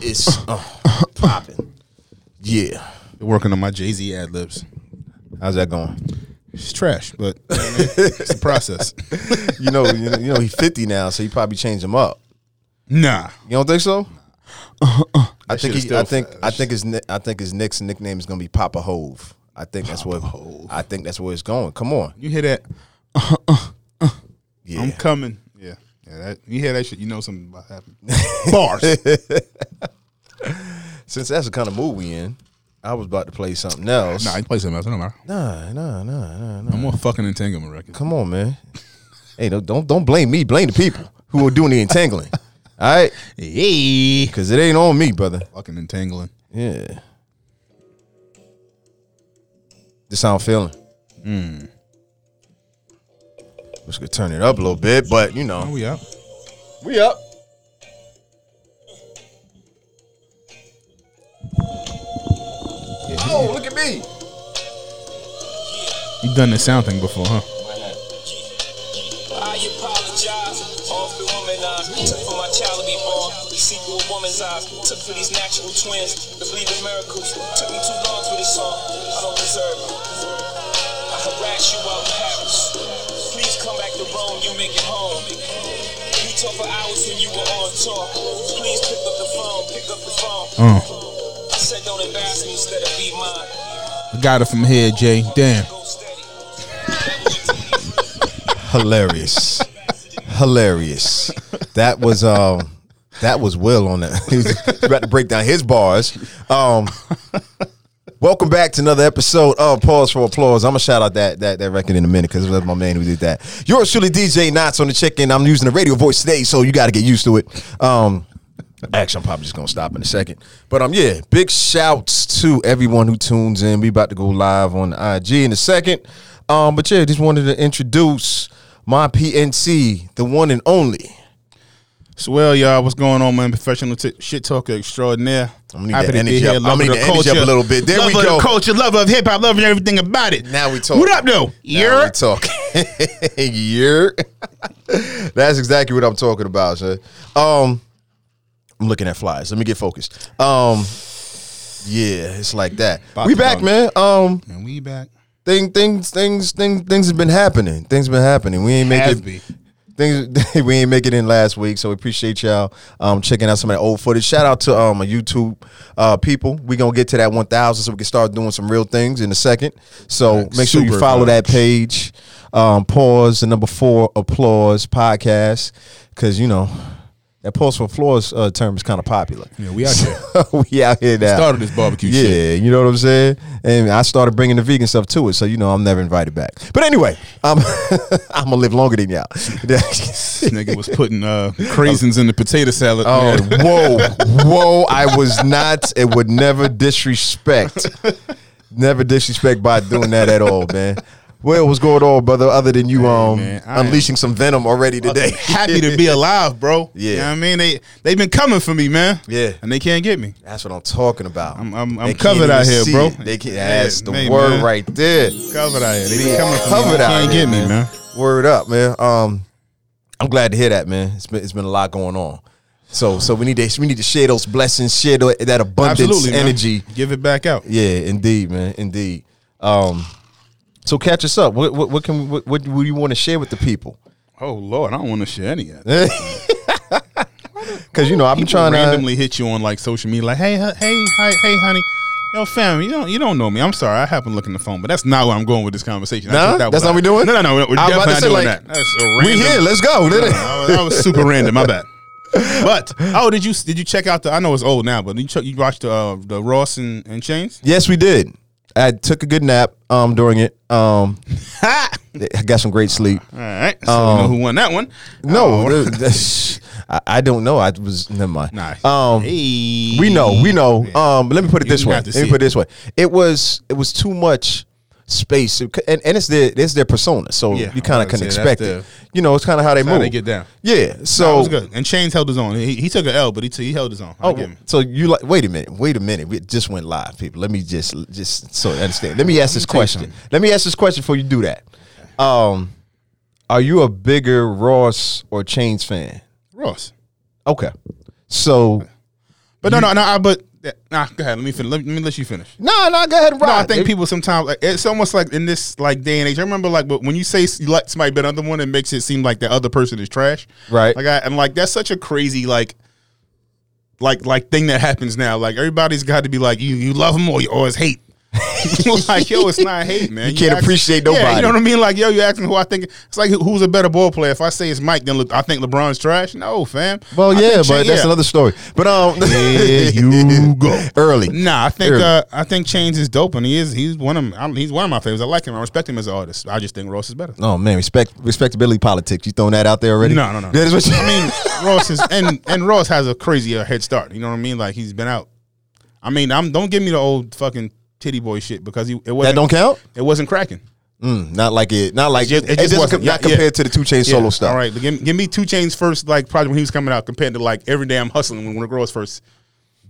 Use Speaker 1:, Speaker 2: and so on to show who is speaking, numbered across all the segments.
Speaker 1: it's oh, popping. Yeah,
Speaker 2: They're working on my Jay Z ad libs.
Speaker 1: how's that going?
Speaker 2: It's trash, but you know what I mean? it's a process.
Speaker 1: You know, you know, you know, he's fifty now, so he probably changed him up.
Speaker 2: Nah,
Speaker 1: You don't think so? I think
Speaker 2: shit is
Speaker 1: he,
Speaker 2: still
Speaker 1: I think
Speaker 2: fat.
Speaker 1: I think his ni- I think his next nickname is gonna be Papa Hove. I think that's what I think that's where it's going. Come on,
Speaker 2: you hear that? Uh,
Speaker 1: yeah,
Speaker 2: I'm coming. Yeah, yeah. That, you hear that shit? You know something about happening. Bars.
Speaker 1: Since that's the kind of mood we in, I was about to play something else.
Speaker 2: nah, you play something else. It don't matter.
Speaker 1: nah, nah, nah, nah, nah.
Speaker 2: No more fucking entanglement records.
Speaker 1: Come on, man. hey, don't, don't don't blame me. Blame the people who are doing the entangling. All right,
Speaker 2: Hey.
Speaker 1: because it ain't on me, brother.
Speaker 2: Fucking entangling.
Speaker 1: Yeah. This how I'm feeling. Mm. Just gonna turn it up a little bit, but you
Speaker 2: Oh,
Speaker 1: know
Speaker 2: we up.
Speaker 1: we up. Oh, look at me!
Speaker 2: You done this sound thing before, huh?
Speaker 3: I apologize. Often womanized. Took uh, for my child to be born. The sequel of woman's eyes. Took for these natural twins to believe in miracles. Took me too long for this song. I don't deserve it. I harass you out in Paris. Please come back to Rome. You make it home. We talked for hours when you were on tour. Please pick up the phone. Pick up the phone.
Speaker 2: Oh.
Speaker 3: I said don't embarrass me. Instead of be mine.
Speaker 2: I got it from here, Jay. Damn.
Speaker 3: Go steady.
Speaker 1: Hilarious, hilarious. That was um, that was Will on that. He was about to break down his bars. Um, welcome back to another episode of Pause for Applause. I'm gonna shout out that that that record in a minute because it was my man who did that. Yours truly, DJ Knots on the chicken. I'm using the radio voice today, so you got to get used to it. Um, Actually, I'm probably just gonna stop in a second. But um, yeah, big shouts to everyone who tunes in. We about to go live on the IG in a second. Um, but yeah, just wanted to introduce my PNC, the one and only.
Speaker 2: So, well, y'all, what's going on, man? Professional t- shit talker extraordinaire.
Speaker 1: I'm gonna need that energy up. I'm gonna need that energy up a little bit. There
Speaker 2: love
Speaker 1: we
Speaker 2: of
Speaker 1: go.
Speaker 2: the culture, love of hip hop, love of everything about it.
Speaker 1: Now we talk.
Speaker 2: What up, though?
Speaker 1: Now
Speaker 2: Yeah.
Speaker 1: we talking. yeah. That's exactly what I'm talking about, sir. Um, I'm looking at flies. Let me get focused. Um, yeah, it's like that.
Speaker 2: About
Speaker 1: we
Speaker 2: to
Speaker 1: back,
Speaker 2: go.
Speaker 1: man. Um,
Speaker 2: and we back.
Speaker 1: thing, things, things, things, things have been happening. Things have been happening. We ain't make
Speaker 2: Has
Speaker 1: it.
Speaker 2: be.
Speaker 1: Things we ain't make it in last week, so we appreciate y'all um, checking out some of that old footage. Shout out to um, my YouTube uh, people. We gonna get to that one thousand, so we can start doing some real things in a second. So make sure you
Speaker 2: super
Speaker 1: follow
Speaker 2: fun.
Speaker 1: that page. Um, pause the number four applause podcast because you know that pause for applause uh, term is kind of popular.
Speaker 2: Yeah, we out here.
Speaker 1: we out here now.
Speaker 2: Started this barbecue
Speaker 1: Yeah,
Speaker 2: shit.
Speaker 1: you know what I'm saying? And I started bringing the vegan stuff to it, so you know I'm never invited back. But anyway, I'm I'm gonna live longer than y'all.
Speaker 2: This nigga was putting uh, craisins in the potato salad.
Speaker 1: oh,
Speaker 2: man.
Speaker 1: whoa, whoa! I was not. It would never disrespect, never disrespect by doing that at all, man. Well, what's going on, brother? Other than you, um,
Speaker 2: man, I am
Speaker 1: unleashing some venom already today.
Speaker 2: happy to be alive, bro.
Speaker 1: Yeah.
Speaker 2: You know what I mean? They they've been coming for me, man.
Speaker 1: Yeah.
Speaker 2: And they can't get me.
Speaker 1: That's what I'm talking about.
Speaker 2: I'm- I'm- I'm
Speaker 1: They can't
Speaker 2: covered out
Speaker 1: even
Speaker 2: here,
Speaker 1: see
Speaker 2: bro.
Speaker 1: it. They can,
Speaker 2: Yeah,
Speaker 1: that's the
Speaker 2: man,
Speaker 1: word
Speaker 2: man.
Speaker 1: right there.
Speaker 2: Covered out here. They
Speaker 1: Yeah,
Speaker 2: been coming for me.
Speaker 1: covered
Speaker 2: They
Speaker 1: out
Speaker 2: Can't
Speaker 1: here,
Speaker 2: get me, man.
Speaker 1: Word up, man. Um, I'm glad to hear that, man. It's been it's been a lot going on. So so we need to we need to share those blessings, share tho- that abundance,
Speaker 2: Absolutely. man.
Speaker 1: energy.
Speaker 2: Give it back out.
Speaker 1: Yeah, indeed, man, indeed. Um, so catch us up. What what, what can what, what do you want to share with the people?
Speaker 2: Oh Lord, I don't want to share any of that.
Speaker 1: Because you know I've
Speaker 2: People
Speaker 1: been trying to.
Speaker 2: randomly hit you on like social media, like, hey, hu- hey, hi, hey, honey. Yo, fam, you don't you don't know me. I'm sorry, I haven't looked in the phone, but that's not where I'm going with this conversation. I
Speaker 1: Nah?
Speaker 2: think that
Speaker 1: That's
Speaker 2: was-
Speaker 1: not we doing?
Speaker 2: No, no, no. We're
Speaker 1: I was
Speaker 2: definitely
Speaker 1: about
Speaker 2: not
Speaker 1: to say,
Speaker 2: doing
Speaker 1: like,
Speaker 2: that. That's a
Speaker 1: We
Speaker 2: random-
Speaker 1: here. Let's go.
Speaker 2: that, was, that was super random. My bad. But oh, did you did you check out the? I know it's old now, but you check, you watched the uh, the Ross and, and Chains.
Speaker 1: Yes, we did. I took a good nap um, during it. Um, I got some great sleep.
Speaker 2: All right, so we know who won that one.
Speaker 1: Um, No,
Speaker 2: Oh.
Speaker 1: th- that's- I, I don't know. I was never mind.
Speaker 2: Nah.
Speaker 1: Um,
Speaker 2: Hey.
Speaker 1: we know, we know. Um, let me put it this
Speaker 2: You
Speaker 1: way.
Speaker 2: have to
Speaker 1: Let me
Speaker 2: see
Speaker 1: put it
Speaker 2: it.
Speaker 1: this way. It was it was too much space, It c- and, and it's their it's their persona, so
Speaker 2: Yeah,
Speaker 1: you
Speaker 2: I
Speaker 1: kind of
Speaker 2: would
Speaker 1: can
Speaker 2: say that's
Speaker 1: expect it.
Speaker 2: their-
Speaker 1: You know, it's kind of how they move.
Speaker 2: how they get down.
Speaker 1: Yeah. So
Speaker 2: That was good. And Chains held his own. He, he took an L, but he t- he held his own. I
Speaker 1: Oh,
Speaker 2: give him.
Speaker 1: so you like? Wait a minute. Wait a minute. We just went live, people. Let me just just so you understand. Let me ask this
Speaker 2: tell you
Speaker 1: question.
Speaker 2: something.
Speaker 1: Let me ask this question before you do that. Um, are you a bigger Ross or Chains fan?
Speaker 2: Ross.
Speaker 1: Okay. So
Speaker 2: But no, no, no. I, but nah, go ahead. Let me finish. Let me, let me let you finish.
Speaker 1: No, no, go ahead and ride.
Speaker 2: No, I think
Speaker 1: It-
Speaker 2: people sometimes like, it's almost like in this like day and age. I remember like but when you say you like somebody better than the one, it makes it seem like the other person is trash.
Speaker 1: Right.
Speaker 2: Like I and like that's such a crazy like like like thing that happens now. Like everybody's got to be like you you love them or you or it's hate. like yo, it's not hate, man.
Speaker 1: You can't appreciate
Speaker 2: Yeah,
Speaker 1: nobody.
Speaker 2: you know what I mean? Like yo, you asking who I think it's like who- who's a better ball player. If I say it's Mike, then look, I think LeBron's trash. No, fam.
Speaker 1: Well,
Speaker 2: I
Speaker 1: yeah,
Speaker 2: think Shaq-
Speaker 1: but that's
Speaker 2: yeah.
Speaker 1: another story. But um,
Speaker 2: There you go.
Speaker 1: early.
Speaker 2: Nah, I think
Speaker 1: Early.
Speaker 2: uh, I think Chains is dope, and he is he's one of i he's one of my favorites. I like him. I respect him as an artist. I just think Ross is better.
Speaker 1: Oh man, respect respectability politics. You throwing that out there already?
Speaker 2: No, no, no.
Speaker 1: That is what you
Speaker 2: I mean, Ross is and and Ross has a crazier head start. You know what I mean? Like he's been out. I mean, I'm don't give me the old fucking titty boy shit because he it
Speaker 1: that
Speaker 2: wasn't
Speaker 1: don't count.
Speaker 2: it wasn't cracking.
Speaker 1: Mm, not like it. Not like
Speaker 2: It just- it
Speaker 1: it
Speaker 2: just
Speaker 1: doesn't
Speaker 2: wasn't.
Speaker 1: com- not
Speaker 2: Yeah, yeah.
Speaker 1: compared to the two chain solo stuff.
Speaker 2: All right, but give, give me two chains first, like probably when he was coming out, compared to like every day I'm hustling when when Ross first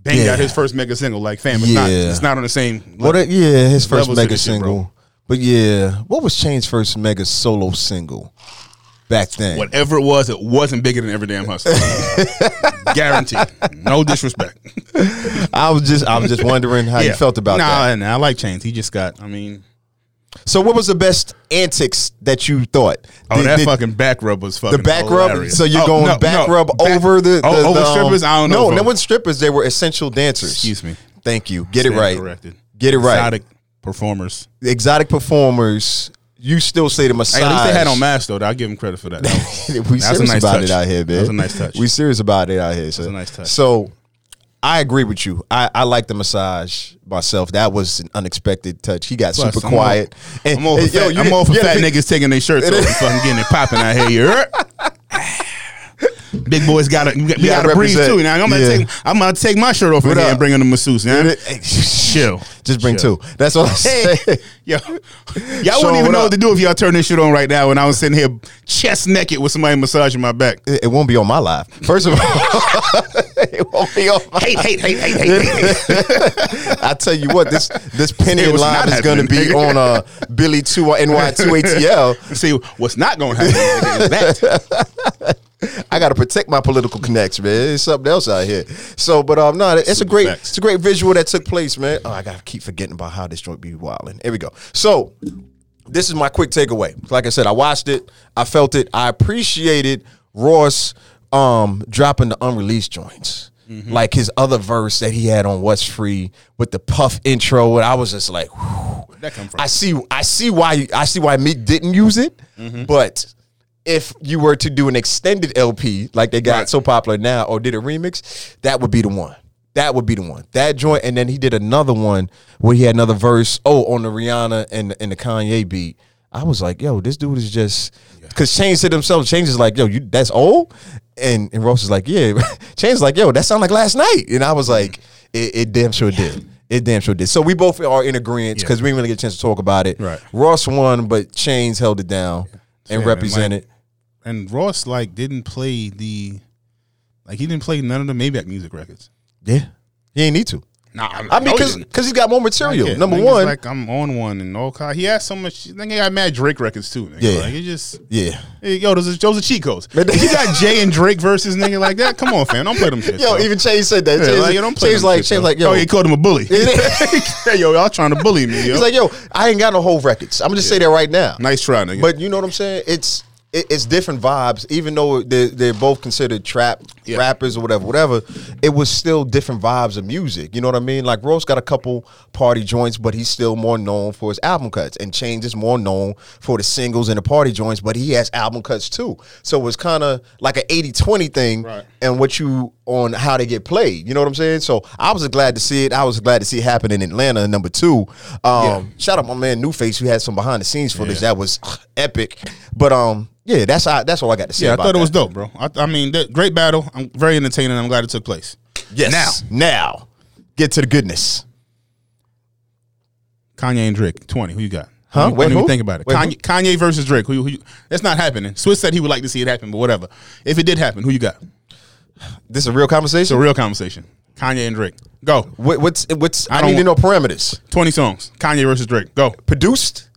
Speaker 2: banged
Speaker 1: Yeah.
Speaker 2: out his first mega single. Like fam, it's not
Speaker 1: Yeah.
Speaker 2: it's not on the same.
Speaker 1: What? a- yeah, his first
Speaker 2: Levels to
Speaker 1: mega
Speaker 2: this shit, bro.
Speaker 1: single. but yeah, what was Chain's first mega solo single back then?
Speaker 2: whatever it was, it wasn't bigger than every damn hustle. Guaranteed. No disrespect.
Speaker 1: I was just I was just wondering how you felt about
Speaker 2: nah,
Speaker 1: that.
Speaker 2: Nah, I like Chains. He just got. I mean,
Speaker 1: So, what was the best antics that you thought?
Speaker 2: oh,
Speaker 1: Did-
Speaker 2: that
Speaker 1: did-
Speaker 2: fucking back rub was fucking
Speaker 1: the back rub.
Speaker 2: hilarious.
Speaker 1: So you're
Speaker 2: Oh,
Speaker 1: going
Speaker 2: no,
Speaker 1: back
Speaker 2: no,
Speaker 1: rub
Speaker 2: back-
Speaker 1: over the, the
Speaker 2: oh, over
Speaker 1: the, um,
Speaker 2: strippers. I don't know.
Speaker 1: No,
Speaker 2: bro.
Speaker 1: they weren't strippers. They were essential dancers.
Speaker 2: Excuse me.
Speaker 1: Thank you. Get it
Speaker 2: Stand
Speaker 1: right.
Speaker 2: Corrected.
Speaker 1: Get it right.
Speaker 2: Exotic performers.
Speaker 1: Exotic performers. You still say the massage.
Speaker 2: Hey, at least they had on masks though. I give him credit for that. That was-
Speaker 1: we
Speaker 2: That's a
Speaker 1: serious
Speaker 2: nice
Speaker 1: about
Speaker 2: touch.
Speaker 1: it out here, man.
Speaker 2: That's a nice touch.
Speaker 1: We serious about it out here. So.
Speaker 2: a nice touch.
Speaker 1: So, I agree with you. I, I like the massage myself. That was an unexpected touch. He got
Speaker 2: Plus,
Speaker 1: super
Speaker 2: I'm
Speaker 1: quiet.
Speaker 2: all-
Speaker 1: And-
Speaker 2: I'm all for
Speaker 1: and, yo,
Speaker 2: fat,
Speaker 1: you
Speaker 2: I'm
Speaker 1: didn't-
Speaker 2: all for
Speaker 1: yeah,
Speaker 2: fat
Speaker 1: they-
Speaker 2: niggas taking their shirts off and fucking getting it popping out here. You heard? Big boys got to we
Speaker 1: Yeah,
Speaker 2: got to breathe
Speaker 1: represent.
Speaker 2: too. Now I'm gonna
Speaker 1: Yeah.
Speaker 2: take I'm gonna take my shirt off in here
Speaker 1: up?
Speaker 2: and bring in the masseuse. Now.
Speaker 1: Chill.
Speaker 2: Chill.
Speaker 1: Just bring
Speaker 2: Chill.
Speaker 1: two. That's all I'm
Speaker 2: Hey,
Speaker 1: saying.
Speaker 2: yo, y'all
Speaker 1: Sean,
Speaker 2: wouldn't
Speaker 1: what
Speaker 2: even know
Speaker 1: up?
Speaker 2: what to do if y'all turn this shit on right now. And I was sitting here chest naked with somebody massaging my back.
Speaker 1: It, it won't be on my live. First of all, it won't be on my
Speaker 2: Hate, hate, hate, hate, hate, hate.
Speaker 1: I tell you what, this this penny
Speaker 2: It was
Speaker 1: live
Speaker 2: not
Speaker 1: is going to
Speaker 2: happening.
Speaker 1: be on uh, Billy Two or NY Two ATL.
Speaker 2: See what's not going to happen is that.
Speaker 1: I got to protect my political connects, man. It's something else out here. So, but um, no, it's a great,
Speaker 2: Facts.
Speaker 1: it's a great visual that took place, man. Oh, I got to keep forgetting about how this joint be wilding. Here we go. So, this is my quick takeaway. Like I said, I watched it, I felt it, I appreciated Ross um dropping the unreleased joints. Like his other verse that he had on What's Free with the Puff intro, and I was just like, whew.
Speaker 2: That come from?
Speaker 1: I see. I see why. I see why Meek didn't use it. But if you were to do an extended LP like they got
Speaker 2: Right.
Speaker 1: so popular now, or did a remix, that would be the one. That would be the one. That joint, and then he did another one where he had another verse. Oh, on the Rihanna and and the Kanye beat. I was like, yo, this dude is just because Change said himself. Change is like, yo, you that's old, and and Ross is like, yeah. Change is like, yo, that sound like last night, and I was like, it, it damn sure did. It damn sure did. So we both are in agreement because we didn't really get a chance to talk about it.
Speaker 2: Right.
Speaker 1: Ross won, but Chains held it down and
Speaker 2: man,
Speaker 1: represented.
Speaker 2: And Ross like didn't play the, like he didn't play none of the Maybach music records.
Speaker 1: yeah, he ain't need to.
Speaker 2: Nah,
Speaker 1: I mean, because because he's got more material.
Speaker 2: Oh, Yeah,
Speaker 1: Number
Speaker 2: niggas
Speaker 1: one,
Speaker 2: like I'm on one and all. kind- He has so much. Then he got mad Drake records too. Nigga.
Speaker 1: Yeah.
Speaker 2: like it just
Speaker 1: yeah.
Speaker 2: Hey, Yo, those are, those are cheat codes.
Speaker 1: Man, they-
Speaker 2: you got Jay and Drake versus nigga like that. Come on, fam. Don't play them shit.
Speaker 1: Yo,
Speaker 2: bro.
Speaker 1: even Chains said that.
Speaker 2: Yeah,
Speaker 1: Chains,
Speaker 2: like,
Speaker 1: like,
Speaker 2: yo, don't play
Speaker 1: Chains
Speaker 2: them
Speaker 1: like,
Speaker 2: shit,
Speaker 1: Chains
Speaker 2: bro.
Speaker 1: like, yo,
Speaker 2: Oh, he called him a bully. hey, yo, y'all trying to bully me, yo.
Speaker 1: he's like, yo, I ain't got no whole records. I'm gonna just say that right now.
Speaker 2: nice try, nigga.
Speaker 1: But you know what I'm saying? It's it, it's different vibes, even though they're, they're both considered trap
Speaker 2: Yeah.
Speaker 1: rappers or whatever, whatever. It was still different vibes of music. You know what I mean? Like Rose got a couple party joints, but he's still more known for his album cuts, and Change is more known for the singles and the party joints, but he has album cuts too. So it's kind of like an 80-20 thing,
Speaker 2: Right.
Speaker 1: and what you on how they get played. You know what I'm saying? So I was glad to see it. I was glad to see it happen in Atlanta. Number two, um, shout out my man New Face who had some behind the scenes footage that was epic. But um, yeah, that's how, that's all I got to say.
Speaker 2: yeah, I
Speaker 1: about
Speaker 2: thought it
Speaker 1: that.
Speaker 2: was dope, bro. I, I mean, that, great battle. I'm very entertaining. I'm glad it took place.
Speaker 1: yes. Now, now, get to the goodness.
Speaker 2: Now, Kanye and Drake, twenty. Who you got?
Speaker 1: Huh?
Speaker 2: What
Speaker 1: Wait,
Speaker 2: do you
Speaker 1: who?
Speaker 2: think about it?
Speaker 1: Wait,
Speaker 2: Kanye, Kanye versus Drake. Who, you- who you, that's not happening. Swiss said he would like to see it happen, but whatever. If it did happen, who you got?
Speaker 1: This is a real
Speaker 2: The
Speaker 1: conversation.
Speaker 2: real conversation. Kanye and Drake. Go.
Speaker 1: What, what's what's I,
Speaker 2: don't-
Speaker 1: need to know parameters.
Speaker 2: Twenty songs. Kanye versus Drake. Go.
Speaker 1: Produced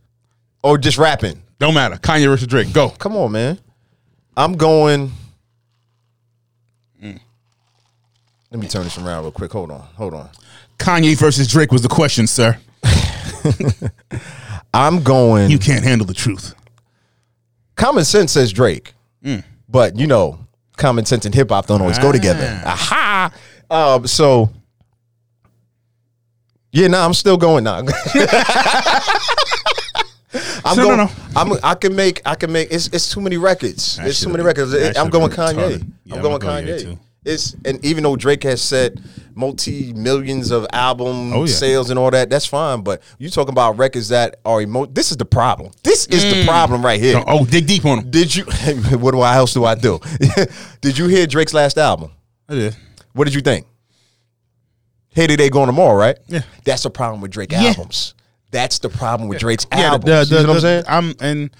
Speaker 1: or just rapping?
Speaker 2: Don't matter. Kanye versus Drake. Go.
Speaker 1: Come
Speaker 2: Mm.
Speaker 1: on, man. I'm going. Let me turn this around real quick. Hold on. Hold on.
Speaker 2: Kanye versus Drake was the question, sir.
Speaker 1: I'm going.
Speaker 2: You can't handle the truth.
Speaker 1: common sense says Drake,
Speaker 2: Mm.
Speaker 1: but you know, common sense and hip hop don't always go together.
Speaker 2: Ah.
Speaker 1: Aha! Um, so, yeah, no, I'm still going now. I'm
Speaker 2: No, no,
Speaker 1: going.
Speaker 2: no.
Speaker 1: I'm, I can make. I can make. It's, it's too many records.
Speaker 2: That
Speaker 1: it's
Speaker 2: should've
Speaker 1: too many
Speaker 2: been-
Speaker 1: records.
Speaker 2: that
Speaker 1: I'm
Speaker 2: should've
Speaker 1: going
Speaker 2: been
Speaker 1: Kanye.
Speaker 2: retarded. Yeah,
Speaker 1: I'm
Speaker 2: I'm
Speaker 1: going
Speaker 2: gonna go
Speaker 1: Kanye.
Speaker 2: Kanye, too.
Speaker 1: It's and even though Drake has said multi millions of album
Speaker 2: Oh, yeah.
Speaker 1: sales and all that, that's fine. But you talking about records that are emo- This is the problem. This is
Speaker 2: Mm.
Speaker 1: the problem right here.
Speaker 2: Oh, dig deep on him.
Speaker 1: Did you? What do I, else do I do? did you hear Drake's last album?
Speaker 2: I did.
Speaker 1: What did you think? Here today, going tomorrow, right?
Speaker 2: Yeah.
Speaker 1: That's the problem with Drake
Speaker 2: Yeah.
Speaker 1: albums. That's the problem with Drake's
Speaker 2: Yeah,
Speaker 1: albums.
Speaker 2: the, the,
Speaker 1: you know
Speaker 2: the-
Speaker 1: what I'm saying?
Speaker 2: I'm and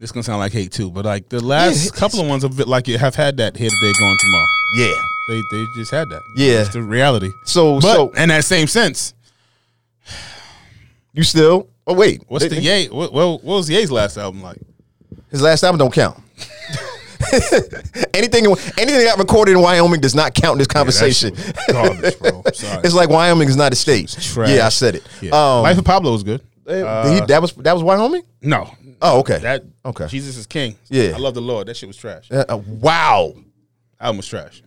Speaker 2: this gonna sound like hate too, but like the last
Speaker 1: it's-
Speaker 2: couple of ones of it, like you have had that here today, going tomorrow.
Speaker 1: Yeah.
Speaker 2: They they just had that.
Speaker 1: Yeah.
Speaker 2: it's the reality.
Speaker 1: So-
Speaker 2: but
Speaker 1: so-
Speaker 2: in that same sense,
Speaker 1: You still? Oh wait,
Speaker 2: what's the Ye? What, what, what was Ye's last album like?
Speaker 1: His last album don't count. anything, anything that got recorded in Wyoming does not count in this conversation.
Speaker 2: Yeah, that shit was garbage, bro. Sorry.
Speaker 1: it's like Wyoming is not a state.
Speaker 2: trash.
Speaker 1: Yeah, I said it.
Speaker 2: Yeah.
Speaker 1: Um,
Speaker 2: Life of Pablo was good.
Speaker 1: eh, he- that was that was Wyoming.
Speaker 2: No,
Speaker 1: Oh, okay.
Speaker 2: that
Speaker 1: okay.
Speaker 2: Jesus is King.
Speaker 1: Yeah.
Speaker 2: I love the Lord. That shit was trash.
Speaker 1: Uh, uh, wow.
Speaker 2: Album was trash.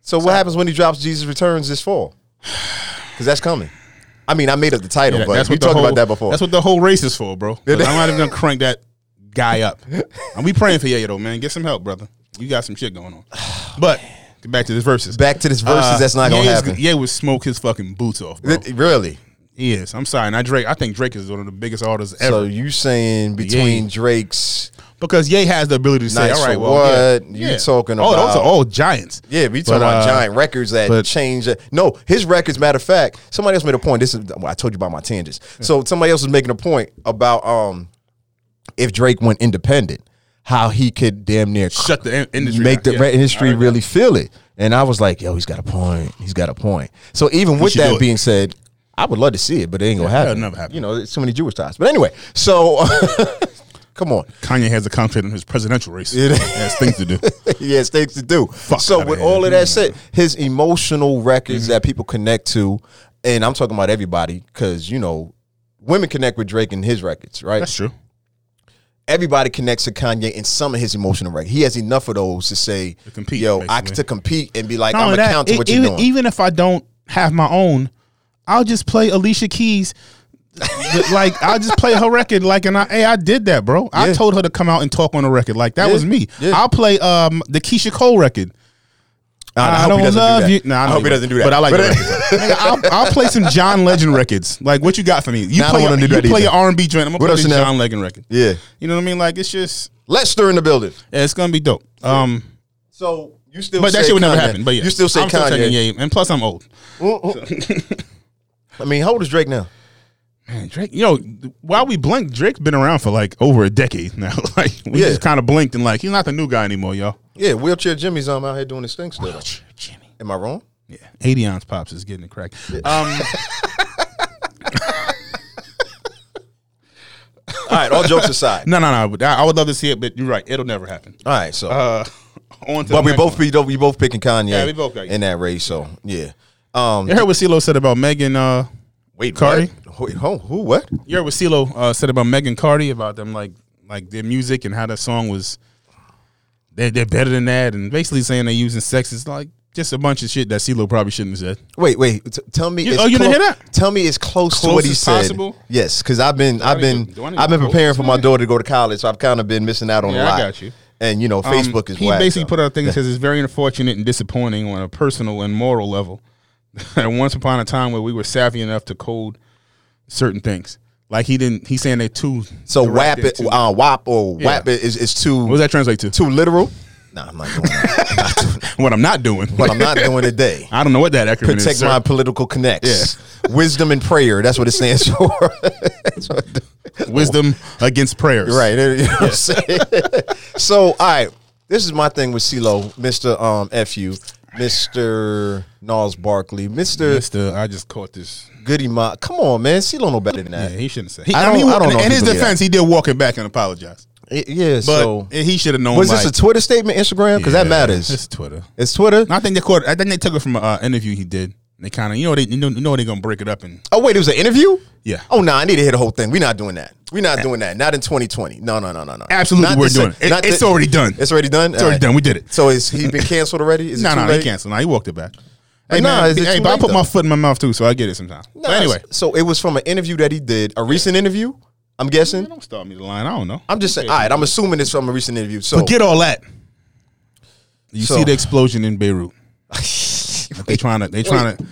Speaker 1: So what happens when he drops Jesus Returns this fall? Because that's coming. I mean, I made up the title,
Speaker 2: Yeah,
Speaker 1: but we
Speaker 2: the
Speaker 1: talked
Speaker 2: whole-
Speaker 1: about that before.
Speaker 2: That's what the whole race is for, bro. 'Cause I'm not even gonna crank that guy up. And we praying for you, though, man. Get some help, brother. You got some shit going on. But get back to this verses.
Speaker 1: Oh, Back to this verses. that's not gonna happen.
Speaker 2: Uh, Yeah, would smoke his fucking boots off, bro.
Speaker 1: Th- really?
Speaker 2: He is. I'm sorry. Now Drake, I think Drake is one of the biggest artists ever
Speaker 1: So you saying between Drake's?
Speaker 2: because Ye has the ability to say,
Speaker 1: Nice
Speaker 2: "All right,
Speaker 1: for
Speaker 2: well,
Speaker 1: what?
Speaker 2: yeah,
Speaker 1: You
Speaker 2: yeah.
Speaker 1: talking
Speaker 2: Oh, those
Speaker 1: about-
Speaker 2: are all giants.
Speaker 1: Yeah, we
Speaker 2: But,
Speaker 1: talking about
Speaker 2: uh,
Speaker 1: giant records that
Speaker 2: but-
Speaker 1: change. No, his records. Matter of fact, somebody else made a point. This is well, I told you about my tangents. So somebody else was making a point about um, if Drake went independent, how he could damn near
Speaker 2: Shut the in- industry.
Speaker 1: make the
Speaker 2: down.
Speaker 1: rap
Speaker 2: Yeah.
Speaker 1: industry
Speaker 2: I heard
Speaker 1: really feel it. And I was like, yo, he's got a point. He's got a point. So even with
Speaker 2: should do
Speaker 1: that
Speaker 2: it.
Speaker 1: being said, I would love to see it, but it ain't gonna
Speaker 2: Yeah,
Speaker 1: happen.
Speaker 2: that'll never happen.
Speaker 1: You know, it's too many Jewish ties. But anyway, so come on.
Speaker 2: that. Kanye has a contract in his presidential race. It has things to do.
Speaker 1: yeah, it's things to do. so
Speaker 2: outta here.
Speaker 1: with
Speaker 2: Mm. Mm-hmm.
Speaker 1: all of
Speaker 2: No, no,
Speaker 1: that said, his emotional records that people connect to, and I'm talking about everybody, because you know, women connect with Drake and his records, right?
Speaker 2: That's true.
Speaker 1: everybody connects to Kanye in some of his emotional record. He has enough of those to say,
Speaker 2: compete,
Speaker 1: yo, I
Speaker 2: basically.
Speaker 1: to compete and be like,
Speaker 2: Not
Speaker 1: I'm
Speaker 2: only
Speaker 1: gonna
Speaker 2: that,
Speaker 1: counter
Speaker 2: e-
Speaker 1: what
Speaker 2: even,
Speaker 1: you're doing.
Speaker 2: Even if I don't have my own, I'll just play Alicia Keys. Th- like I'll just play her record. Like and I, hey, I did that, bro. I
Speaker 1: Yeah.
Speaker 2: told her to come out and talk on the record. Like that
Speaker 1: Yeah,
Speaker 2: was me.
Speaker 1: yeah.
Speaker 2: I'll play um the Keisha Cole record.
Speaker 1: I, hope he
Speaker 2: don't
Speaker 1: doesn't
Speaker 2: love
Speaker 1: do that.
Speaker 2: you. Nah,
Speaker 1: I,
Speaker 2: know
Speaker 1: hope he doesn't do that.
Speaker 2: But I like the record. Nigga, I'll, I'll play some John Legend records. Like what you got for me? You
Speaker 1: Nah, I
Speaker 2: play,
Speaker 1: don't wanna
Speaker 2: you
Speaker 1: do that
Speaker 2: play
Speaker 1: either.
Speaker 2: your R and B joint. I'm gonna
Speaker 1: What
Speaker 2: play
Speaker 1: else
Speaker 2: this
Speaker 1: you know?
Speaker 2: John Legend record.
Speaker 1: Yeah.
Speaker 2: You know what I mean? Like it's just
Speaker 1: Lester in the building.
Speaker 2: yeah, it's gonna be dope. Um,
Speaker 1: So you still,
Speaker 2: but that
Speaker 1: say
Speaker 2: shit would never
Speaker 1: Kanye.
Speaker 2: happen. But yeah,
Speaker 1: you still say
Speaker 2: I'm
Speaker 1: Kanye.
Speaker 2: taking Ye, and plus I'm old.
Speaker 1: I mean, how old is Drake now?
Speaker 2: Man, Drake, you know, while we blink, Drake's been around for like over a decade now. like we
Speaker 1: Yeah.
Speaker 2: just kind of blinked and like he's not the new guy anymore, y'all.
Speaker 1: Yeah, wheelchair Jimmy's um out here doing his thing still. Am I wrong?
Speaker 2: Yeah, eighty ounce pops is getting it cracked. Um,
Speaker 1: All right, all jokes aside.
Speaker 2: no, no, no. but I I would love to see it, but you're right, it'll never happen.
Speaker 1: All right, so
Speaker 2: Uh, on to
Speaker 1: but
Speaker 2: the
Speaker 1: we
Speaker 2: next
Speaker 1: both
Speaker 2: One.
Speaker 1: be we both picking Kanye.
Speaker 2: Yeah, we both got you.
Speaker 1: in that race. So yeah. Um,
Speaker 2: You heard what CeeLo said about Megan. Uh,
Speaker 1: wait,
Speaker 2: Cardi?
Speaker 1: what? Wait, who? Who? What?
Speaker 2: you heard what CeeLo uh, said about Megan Cardi about them like like their music and how that song was. They they're better than that, and basically saying they're using sex is like just a bunch of shit that CeeLo probably shouldn't have said.
Speaker 1: Wait, wait. T- tell me.
Speaker 2: You-
Speaker 1: it's
Speaker 2: oh, you didn't
Speaker 1: clo-
Speaker 2: hear that?
Speaker 1: Tell me it's close, to what
Speaker 2: Close
Speaker 1: he
Speaker 2: as
Speaker 1: said.
Speaker 2: possible?
Speaker 1: Yes, because I've been, I've
Speaker 2: need
Speaker 1: been,
Speaker 2: to- do I need
Speaker 1: I've
Speaker 2: to
Speaker 1: been
Speaker 2: go
Speaker 1: preparing
Speaker 2: this
Speaker 1: for my
Speaker 2: way?
Speaker 1: daughter to go to college, so I've kind of been missing out on
Speaker 2: Yeah,
Speaker 1: a
Speaker 2: I
Speaker 1: lot.
Speaker 2: got you.
Speaker 1: And you know,
Speaker 2: Um,
Speaker 1: Facebook is
Speaker 2: He
Speaker 1: whack,
Speaker 2: basically
Speaker 1: so.
Speaker 2: put out a thing that says it's very unfortunate and disappointing on a personal and moral level. and once upon a time where we were savvy enough to code certain things, like he didn't. He's saying they're too.
Speaker 1: So WAP
Speaker 2: directed
Speaker 1: it,
Speaker 2: to-
Speaker 1: uh, WAP or
Speaker 2: Yeah.
Speaker 1: WAP it is, is too
Speaker 2: what does that translate to?
Speaker 1: too literal. Nah, I'm not doing that.
Speaker 2: What I'm not doing.
Speaker 1: but I'm not doing today.
Speaker 2: I don't know what that acronym is.
Speaker 1: Protect
Speaker 2: sir.
Speaker 1: my political connects. Wisdom and prayer. That's what it stands for. That's what it-
Speaker 2: wisdom against prayers.
Speaker 1: Right. You know what I'm saying? so, all right. This is my thing with CeeLo, Mr. Um, FU, Mr. Nas Barkley, Mr.
Speaker 2: Mister, I just caught this.
Speaker 1: Goody Ma. Come on, man. CeeLo know better than that.
Speaker 2: Yeah, he shouldn't say. He,
Speaker 1: I don't- I don't
Speaker 2: in,
Speaker 1: know if
Speaker 2: In his
Speaker 1: people do that.
Speaker 2: defense, he did walk it back and apologize.
Speaker 1: It- yeah.
Speaker 2: But
Speaker 1: so
Speaker 2: he should have known.
Speaker 1: was
Speaker 2: like,
Speaker 1: this a Twitter statement, Instagram? Because that
Speaker 2: Yeah,
Speaker 1: matters.
Speaker 2: It's
Speaker 1: It's,
Speaker 2: Twitter.
Speaker 1: Twitter.
Speaker 2: And I think they caught. I think they took it from an uh, interview he did. They kind of, you know, they you know, you know they're gonna break it up and
Speaker 1: Oh wait, it was an interview.
Speaker 2: yeah.
Speaker 1: Oh no, I need to hear the whole thing. We're not doing that. We're not doing that. Not in 2020. No, no, no, no, no.
Speaker 2: Absolutely,
Speaker 1: Not
Speaker 2: we're
Speaker 1: this-
Speaker 2: doing it.
Speaker 1: not
Speaker 2: It- it's
Speaker 1: thi-
Speaker 2: already done.
Speaker 1: It's already done.
Speaker 2: It's already done. We did it.
Speaker 1: So is he been canceled already? Is it
Speaker 2: No,
Speaker 1: too
Speaker 2: no, he
Speaker 1: late?
Speaker 2: canceled. No, he walked it back. Hey,
Speaker 1: nah,
Speaker 2: man,
Speaker 1: is it
Speaker 2: hey,
Speaker 1: too
Speaker 2: but I
Speaker 1: late,
Speaker 2: put my
Speaker 1: though?
Speaker 2: foot in my mouth too, so I get it sometimes.
Speaker 1: No,
Speaker 2: but anyway,
Speaker 1: so it was from an interview that he did, a recent interview. I'm guessing.
Speaker 2: Man, don't start me the line. I don't know.
Speaker 1: I'm just saying. All right, I'm assuming it's from a recent interview. So
Speaker 2: Forget all that. You
Speaker 1: So-
Speaker 2: see the explosion in Beirut. they trying to. They trying to.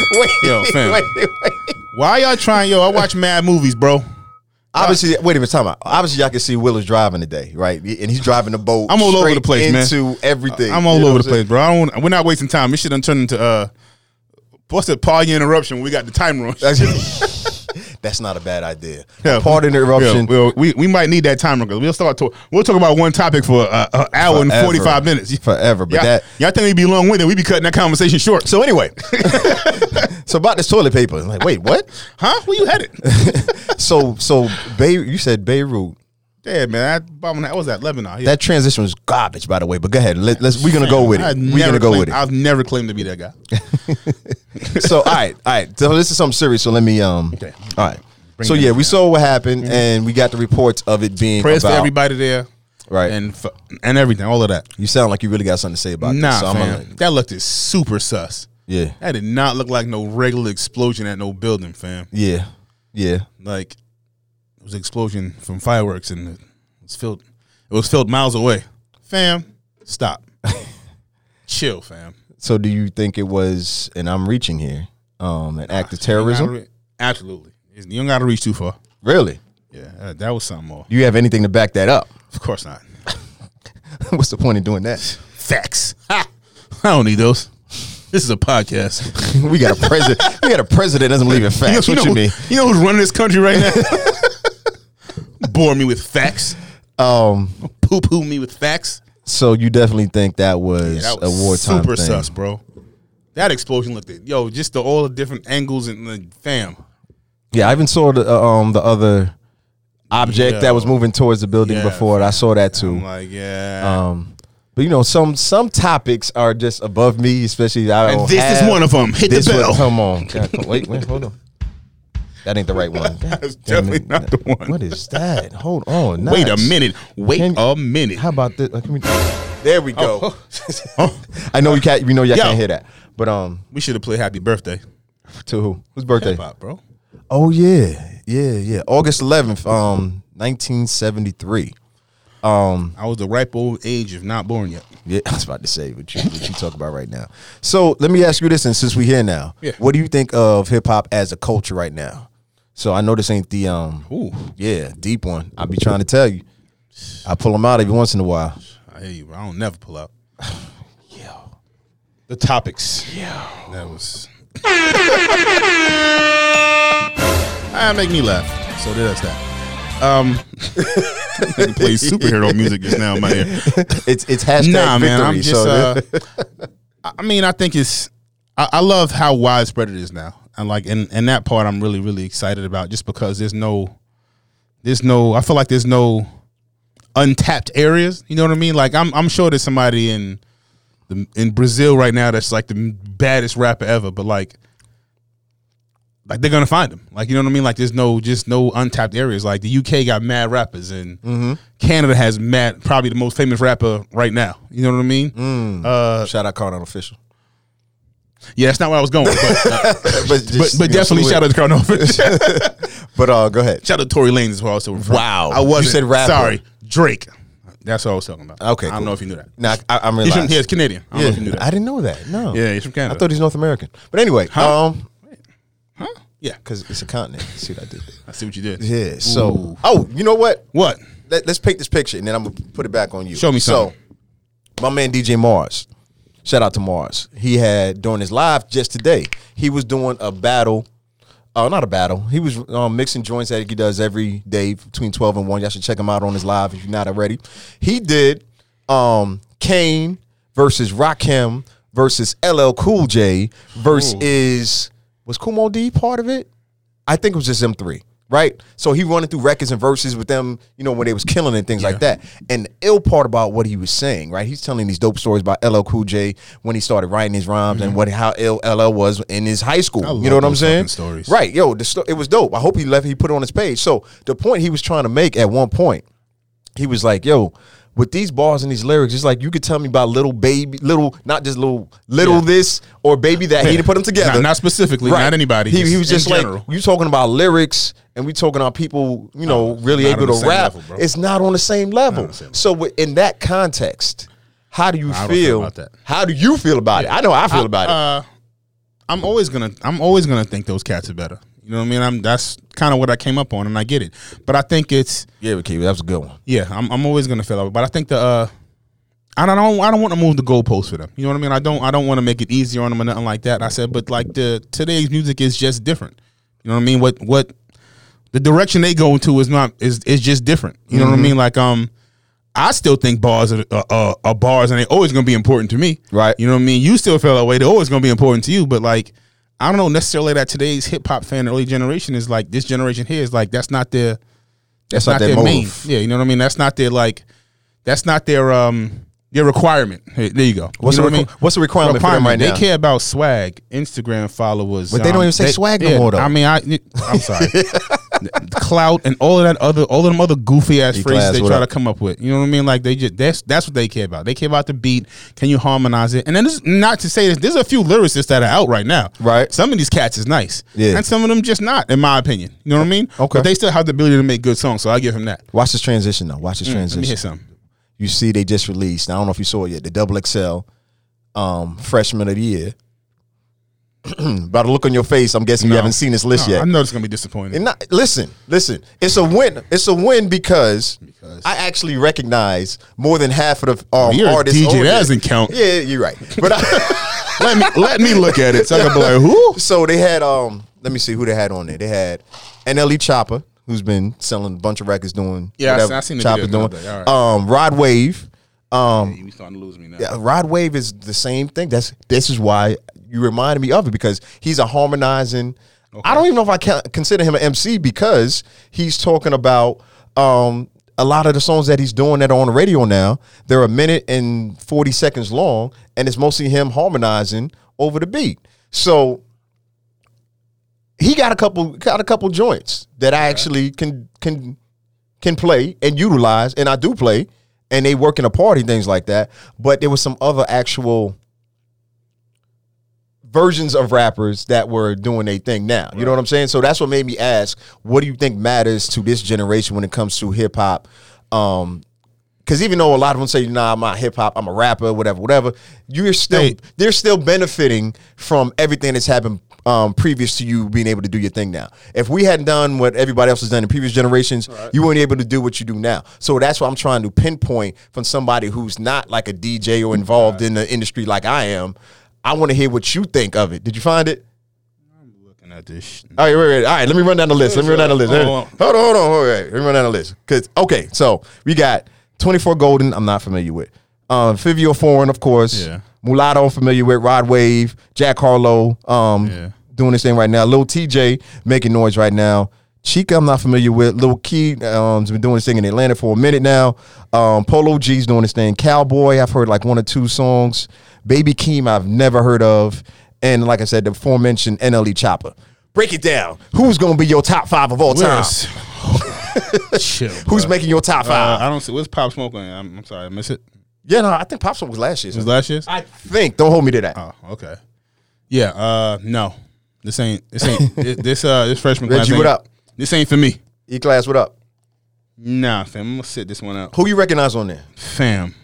Speaker 1: wait,
Speaker 2: Yo, fam.
Speaker 1: wait, wait, wait.
Speaker 2: Why y'all trying? Yo, I watch mad movies, bro.
Speaker 1: Obviously, wait a minute. Time out. Obviously, y'all can see Will is driving today, right? And he's driving the boat.
Speaker 2: I'm all over
Speaker 1: straight
Speaker 2: the place, man.
Speaker 1: into everything.
Speaker 2: I'm
Speaker 1: You
Speaker 2: all
Speaker 1: know
Speaker 2: over
Speaker 1: what
Speaker 2: the
Speaker 1: I'm saying?
Speaker 2: place, bro. I don't, we're not wasting time. This shit done turned into uh, what's it? Party interruption. We got the timer on.
Speaker 1: That's, that's not a bad idea.
Speaker 2: Yeah.
Speaker 1: Pardon the
Speaker 2: Yeah,
Speaker 1: interruption.
Speaker 2: we'll- we we might need that timer because we'll start to we'll talk about one topic for uh, an hour and
Speaker 1: Forever.
Speaker 2: forty five minutes.
Speaker 1: Forever, but
Speaker 2: y'all,
Speaker 1: that-
Speaker 2: y'all think we'd be long winded? We'd be cutting that conversation short.
Speaker 1: so anyway, so about this toilet paper. I'm like, wait, what?
Speaker 2: huh? Where you headed?
Speaker 1: So, so Bay, you said Beirut.
Speaker 2: yeah, man. I, Bob, what was that Lebanon? Yeah.
Speaker 1: That transition was garbage, by the way. But go ahead. Let, let's we're gonna go with
Speaker 2: I
Speaker 1: it.
Speaker 2: never
Speaker 1: We're gonna go
Speaker 2: claimed-
Speaker 1: with it.
Speaker 2: I've never claimed to be that guy.
Speaker 1: so all right, all right. So this is something serious. So let me um.
Speaker 2: Okay.
Speaker 1: All right.
Speaker 2: Bring
Speaker 1: so
Speaker 2: it
Speaker 1: yeah,
Speaker 2: down.
Speaker 1: we saw what happened, and we got the reports of it being
Speaker 2: Prayers
Speaker 1: about-
Speaker 2: for everybody there,
Speaker 1: Right.
Speaker 2: And for, and everything, all of that.
Speaker 1: You sound like you really got something to say about
Speaker 2: Nah,
Speaker 1: this. So I'm
Speaker 2: fam.
Speaker 1: gonna-
Speaker 2: that looked is super sus.
Speaker 1: yeah,
Speaker 2: That did not look like no regular explosion at no building, fam.
Speaker 1: yeah, yeah.
Speaker 2: Like it was an explosion from fireworks and it was filled it was filled miles away. Fam, stop. Chill, fam.
Speaker 1: So do you think it was? And I'm reaching here. Um, an act of terrorism.
Speaker 2: Gotta re- Absolutely. You don't gotta reach too far.
Speaker 1: really?
Speaker 2: Yeah, uh, that, that was something more.
Speaker 1: Do you have anything to back that up?
Speaker 2: Of course not.
Speaker 1: What's the point of doing that?
Speaker 2: Facts. Ha! I don't need those. This is a podcast.
Speaker 1: we got a president. we got a president that doesn't believe in facts. what
Speaker 2: know,
Speaker 1: you mean?
Speaker 2: who- you know who's running this country right now? Bore me with facts.
Speaker 1: Um.
Speaker 2: Poo poo me with facts.
Speaker 1: So you definitely think that was,
Speaker 2: That was
Speaker 1: a wartime
Speaker 2: super
Speaker 1: thing.
Speaker 2: sus, bro. That explosion looked at yo, just the all the different angles and the fam.
Speaker 1: Yeah, I even saw the uh, um the other object
Speaker 2: Yeah.
Speaker 1: that was moving towards the building
Speaker 2: Yeah,
Speaker 1: before it. I saw that
Speaker 2: I'm
Speaker 1: too.
Speaker 2: like, yeah.
Speaker 1: Um, but you know, some some topics are just above me, especially I don't
Speaker 2: and this
Speaker 1: have
Speaker 2: is one of them. Hit
Speaker 1: this
Speaker 2: the
Speaker 1: one-
Speaker 2: bell.
Speaker 1: come on, God, come- wait, wait, hold on. That ain't the right one.
Speaker 2: That's
Speaker 1: Damn
Speaker 2: definitely
Speaker 1: it.
Speaker 2: not the one.
Speaker 1: What is that? Hold on.
Speaker 2: Wait a
Speaker 1: nice.
Speaker 2: minute. Wait
Speaker 1: Can-
Speaker 2: a minute.
Speaker 1: How about this? Uh, can we- there we go.
Speaker 2: Oh,
Speaker 1: I know you can't. We know y'all
Speaker 2: Yo.
Speaker 1: can't hear that. But um,
Speaker 2: we should have played Happy Birthday.
Speaker 1: to who? Whose birthday?
Speaker 2: Hip hop, bro.
Speaker 1: Oh yeah, yeah, yeah. August eleventh, um, nineteen seventy three.
Speaker 2: I was the ripe old age of not born yet.
Speaker 1: Yeah, I was about to say what you what you talk about right now. So let me ask you this, and since we're here now,
Speaker 2: Yeah.
Speaker 1: what do you think of hip hop as a culture right now? So I know this ain't the um,
Speaker 2: Ooh,
Speaker 1: yeah, deep one. I be trying to tell you, I pull them out every once in a while.
Speaker 2: I hear you, bro. I don't never pull out. yeah. The topics. Yeah. That was. ah, make me laugh. So there's that. Um, they play superhero music just now in my ear.
Speaker 1: It's it's hashtag
Speaker 2: nah, man. I'm
Speaker 1: victory,
Speaker 2: just.
Speaker 1: so-
Speaker 2: uh, I I mean, I think it's. I, I love how widespread it is now, and like, and and that part I'm really really excited about, just because there's no, there's no. I feel like there's no untapped areas. You know what I mean? Like, I'm I'm sure there's somebody in. the In Brazil right now, that's like the baddest rapper ever, but like, like they're gonna find them. Like you know what I mean? Like there's no just no untapped areas. Like the UK got mad rappers and
Speaker 1: Mm-hmm.
Speaker 2: Canada has mad probably the most famous rapper right now. You know what I mean?
Speaker 1: Mm.
Speaker 2: Uh,
Speaker 1: shout out Cardinal official,
Speaker 2: yeah, that's not where I was going, but uh,
Speaker 1: but
Speaker 2: but, but definitely shout out to Colonel. shout
Speaker 1: But uh, go ahead.
Speaker 2: out to Tory Lanez as well. Also,
Speaker 1: Wow.
Speaker 2: I was
Speaker 1: You said rapper.
Speaker 2: Sorry, Drake. That's what I was talking about.
Speaker 1: Okay,
Speaker 2: I don't
Speaker 1: cool.
Speaker 2: know if you knew that.
Speaker 1: Nah, I, I'm
Speaker 2: He's,
Speaker 1: realizing.
Speaker 2: from, he's Canadian. I don't know if you knew
Speaker 1: Yeah,
Speaker 2: that.
Speaker 1: I didn't know that. No.
Speaker 2: yeah, he's from
Speaker 1: I
Speaker 2: Canada.
Speaker 1: thought he's North American. But anyway,
Speaker 2: Huh?
Speaker 1: um,
Speaker 2: huh? Yeah,
Speaker 1: because it's a continent. See what I did there.
Speaker 2: I see what you did.
Speaker 1: Yeah. So,
Speaker 2: Ooh.
Speaker 1: oh, you know what?
Speaker 2: what?
Speaker 1: Let, us paint this picture, and then I'm gonna put it back on you.
Speaker 2: Show me something.
Speaker 1: So, my man DJ Mars, shout out to Mars. He had during his live just today. He was doing a battle. Oh, not a battle. He was um, mixing joints that he does every day between twelve and one. Y'all should check him out on his live if you're not already. He did um, Kane versus Rakim versus LL Cool J versus was Kumo D part of it? I think it was just them three. right? So he running through records and verses with them, you know, when they was killing and things like that. And the ill part about what he was saying, right? He's telling these dope stories about LL Cool J when he started writing his rhymes and what how ill LL was in his high school.
Speaker 2: I
Speaker 1: you
Speaker 2: love
Speaker 1: know what I'm
Speaker 2: those
Speaker 1: saying?
Speaker 2: fucking stories.
Speaker 1: Right, yo, the sto- it was dope. I hope he left. He put it on his page. So the point he was trying to make at one point, he was like, yo. With these bars and these lyrics, it's like you could tell me about little baby, little not just little little this or baby that he didn't put them together.
Speaker 2: Not, not specifically,
Speaker 1: Right.
Speaker 2: not anybody.
Speaker 1: He, he was
Speaker 2: in
Speaker 1: just like
Speaker 2: general.
Speaker 1: you talking about lyrics, and we talking about people, you know, really
Speaker 2: not on
Speaker 1: able
Speaker 2: the
Speaker 1: to
Speaker 2: same
Speaker 1: rap.
Speaker 2: level, bro.
Speaker 1: it's not on the same level.
Speaker 2: the same
Speaker 1: So wi- in that context, how do you
Speaker 2: I don't feel
Speaker 1: feel?
Speaker 2: about that.
Speaker 1: How do you feel about it? I know I feel about it.
Speaker 2: Uh, I'm always gonna I'm always gonna think those cats are better. You know what I mean? I'm that's kind of what I came up on, and I get it. But I think it's
Speaker 1: Yeah, Ricky, that was a good one.
Speaker 2: yeah, I'm I'm always gonna feel out. But I think the uh, I don't I don't, I don't want to move the goalposts for them. You know what I mean? I don't I don't want to make it easier on them or nothing like that. I said, but like the today's music is just different. You know what I mean? What what the direction they go into is not is is just different. You know what I mean? Like um. I still think bars are, are- are, are bars, and they always gonna be important to me.
Speaker 1: Right.
Speaker 2: You know what I mean. You still feel that way. They're always gonna be important to you. But like, I don't know necessarily that today's hip hop fan, early generation, is like this generation here is like that's not their
Speaker 1: That's
Speaker 2: that's not, their, main.
Speaker 1: motive.
Speaker 2: Yeah, you know what I mean. That's not their like. That's not their um their requirement. Hey, there you go.
Speaker 1: What's
Speaker 2: you know
Speaker 1: the requ- what's the requirement for them right
Speaker 2: they
Speaker 1: now?
Speaker 2: care about swag, Instagram followers, um,
Speaker 1: But they don't even say swag no more, though.
Speaker 2: I mean, I I'm sorry, clout and all of that other all of them other goofy ass
Speaker 1: class,
Speaker 2: phrases they
Speaker 1: what
Speaker 2: try
Speaker 1: up?
Speaker 2: to come up with. You know what I mean? Like they just that's that's what they care about. They care about the beat. Can you harmonize it? And then this, not to say that there's a few lyricists that are out right now.
Speaker 1: Right.
Speaker 2: Some of these cats is nice.
Speaker 1: Yeah.
Speaker 2: And some of them just not, in my opinion. You know what I mean?
Speaker 1: Okay.
Speaker 2: But they still have the ability to make good songs, so I give him that.
Speaker 1: Watch this transition now. Watch this
Speaker 2: Mm, Let me
Speaker 1: transition.
Speaker 2: hear something.
Speaker 1: You see, they just released. I don't know if you saw it yet. The Double XL um, Freshman of the Year. By the look on your face, I'm guessing you
Speaker 2: No.
Speaker 1: haven't seen this list
Speaker 2: No,
Speaker 1: yet.
Speaker 2: I know it's gonna be disappointing.
Speaker 1: And not, listen, listen. It's a win. It's a win because, I actually recognize more than half of the um,
Speaker 2: You're a
Speaker 1: artists.
Speaker 2: DJ,
Speaker 1: on
Speaker 2: that
Speaker 1: there.
Speaker 2: doesn't count.
Speaker 1: Yeah, you're right. But I,
Speaker 2: let me let me look at it. So I can be like, who?
Speaker 1: so they had um. Let me see who they had on there. They had NLE Chopper, who's been selling a bunch of records, doing
Speaker 2: Yeah, I
Speaker 1: whatever
Speaker 2: seen- I seen the
Speaker 1: Chopper's
Speaker 2: video
Speaker 1: doing.
Speaker 2: the other day.
Speaker 1: Um, Rod Wave. Um,
Speaker 2: You starting to lose me now.
Speaker 1: yeah, Rod Wave is the same thing. That's this is why you reminded me of it because he's a harmonizing. I don't even know if I can consider him an MC because he's talking about um, a lot of the songs that he's doing that are on the radio now. They're a minute and forty seconds long, and it's mostly him harmonizing over the beat. So he got a couple got a couple joints that I actually can can can play and utilize, and I do play, and they work in a party things like that. But there was some other actual versions of rappers that were doing their thing now. You know what I'm saying? So that's what made me ask, what do you think matters to this generation when it comes to hip hop? Um, because even though a lot of them say, "Nah, I'm not hip hop. I'm a rapper, whatever, whatever," you're still
Speaker 2: Hey.
Speaker 1: they're still benefiting from everything that's happened um, previous to you being able to do your thing now. If we hadn't done what everybody else has done in previous generations, you weren't able to do what you do now. So that's what I'm trying to pinpoint from somebody who's not like a DJ or involved in the industry like I am. I want to hear what you think of it. Did you find it?
Speaker 2: Looking at this. Shit.
Speaker 1: All right, wait, wait. All right, let me run down the list. Let me run down the list. Hold
Speaker 2: Hold on.
Speaker 1: on, hold on. Hold on. All right, let me run down the list. Cause okay, so we got twenty four Golden. I'm not familiar with. Um, Fivio Foreign, of course.
Speaker 2: Yeah.
Speaker 1: Mulatto, I'm familiar with. Rod Wave, Jack Harlow. Um,
Speaker 2: Yeah.
Speaker 1: doing this thing right now. Lil TJ making noise right now. Chica, I'm not familiar with. Lil Key, um, has been doing this thing in Atlanta for a minute now. Um, Polo G's doing this thing. Cowboy, I've heard like one or two songs. Baby Keem, I've never heard of. And like I said, the aforementioned NLE Chopper. Break it down. Who's gonna be your top five of all time?
Speaker 2: Where's- Chill.
Speaker 1: Who's
Speaker 2: bruh.
Speaker 1: making your top
Speaker 2: Uh,
Speaker 1: five?
Speaker 2: I don't see where's Pop Smoke on. here? I'm, I'm sorry, I miss it.
Speaker 1: yeah, no, I think Pop Smoke was last year.
Speaker 2: It was last year's.
Speaker 1: I think. Don't hold me to that.
Speaker 2: Oh, okay. Yeah. Uh, no, this ain't. This ain't. this, this uh, this freshman class.
Speaker 1: Reggie, what
Speaker 2: ain't-
Speaker 1: up?
Speaker 2: This ain't for me.
Speaker 1: E class, what up?
Speaker 2: Nah, fam. I'm gonna sit this one out,
Speaker 1: Who you recognize on there?
Speaker 2: fam.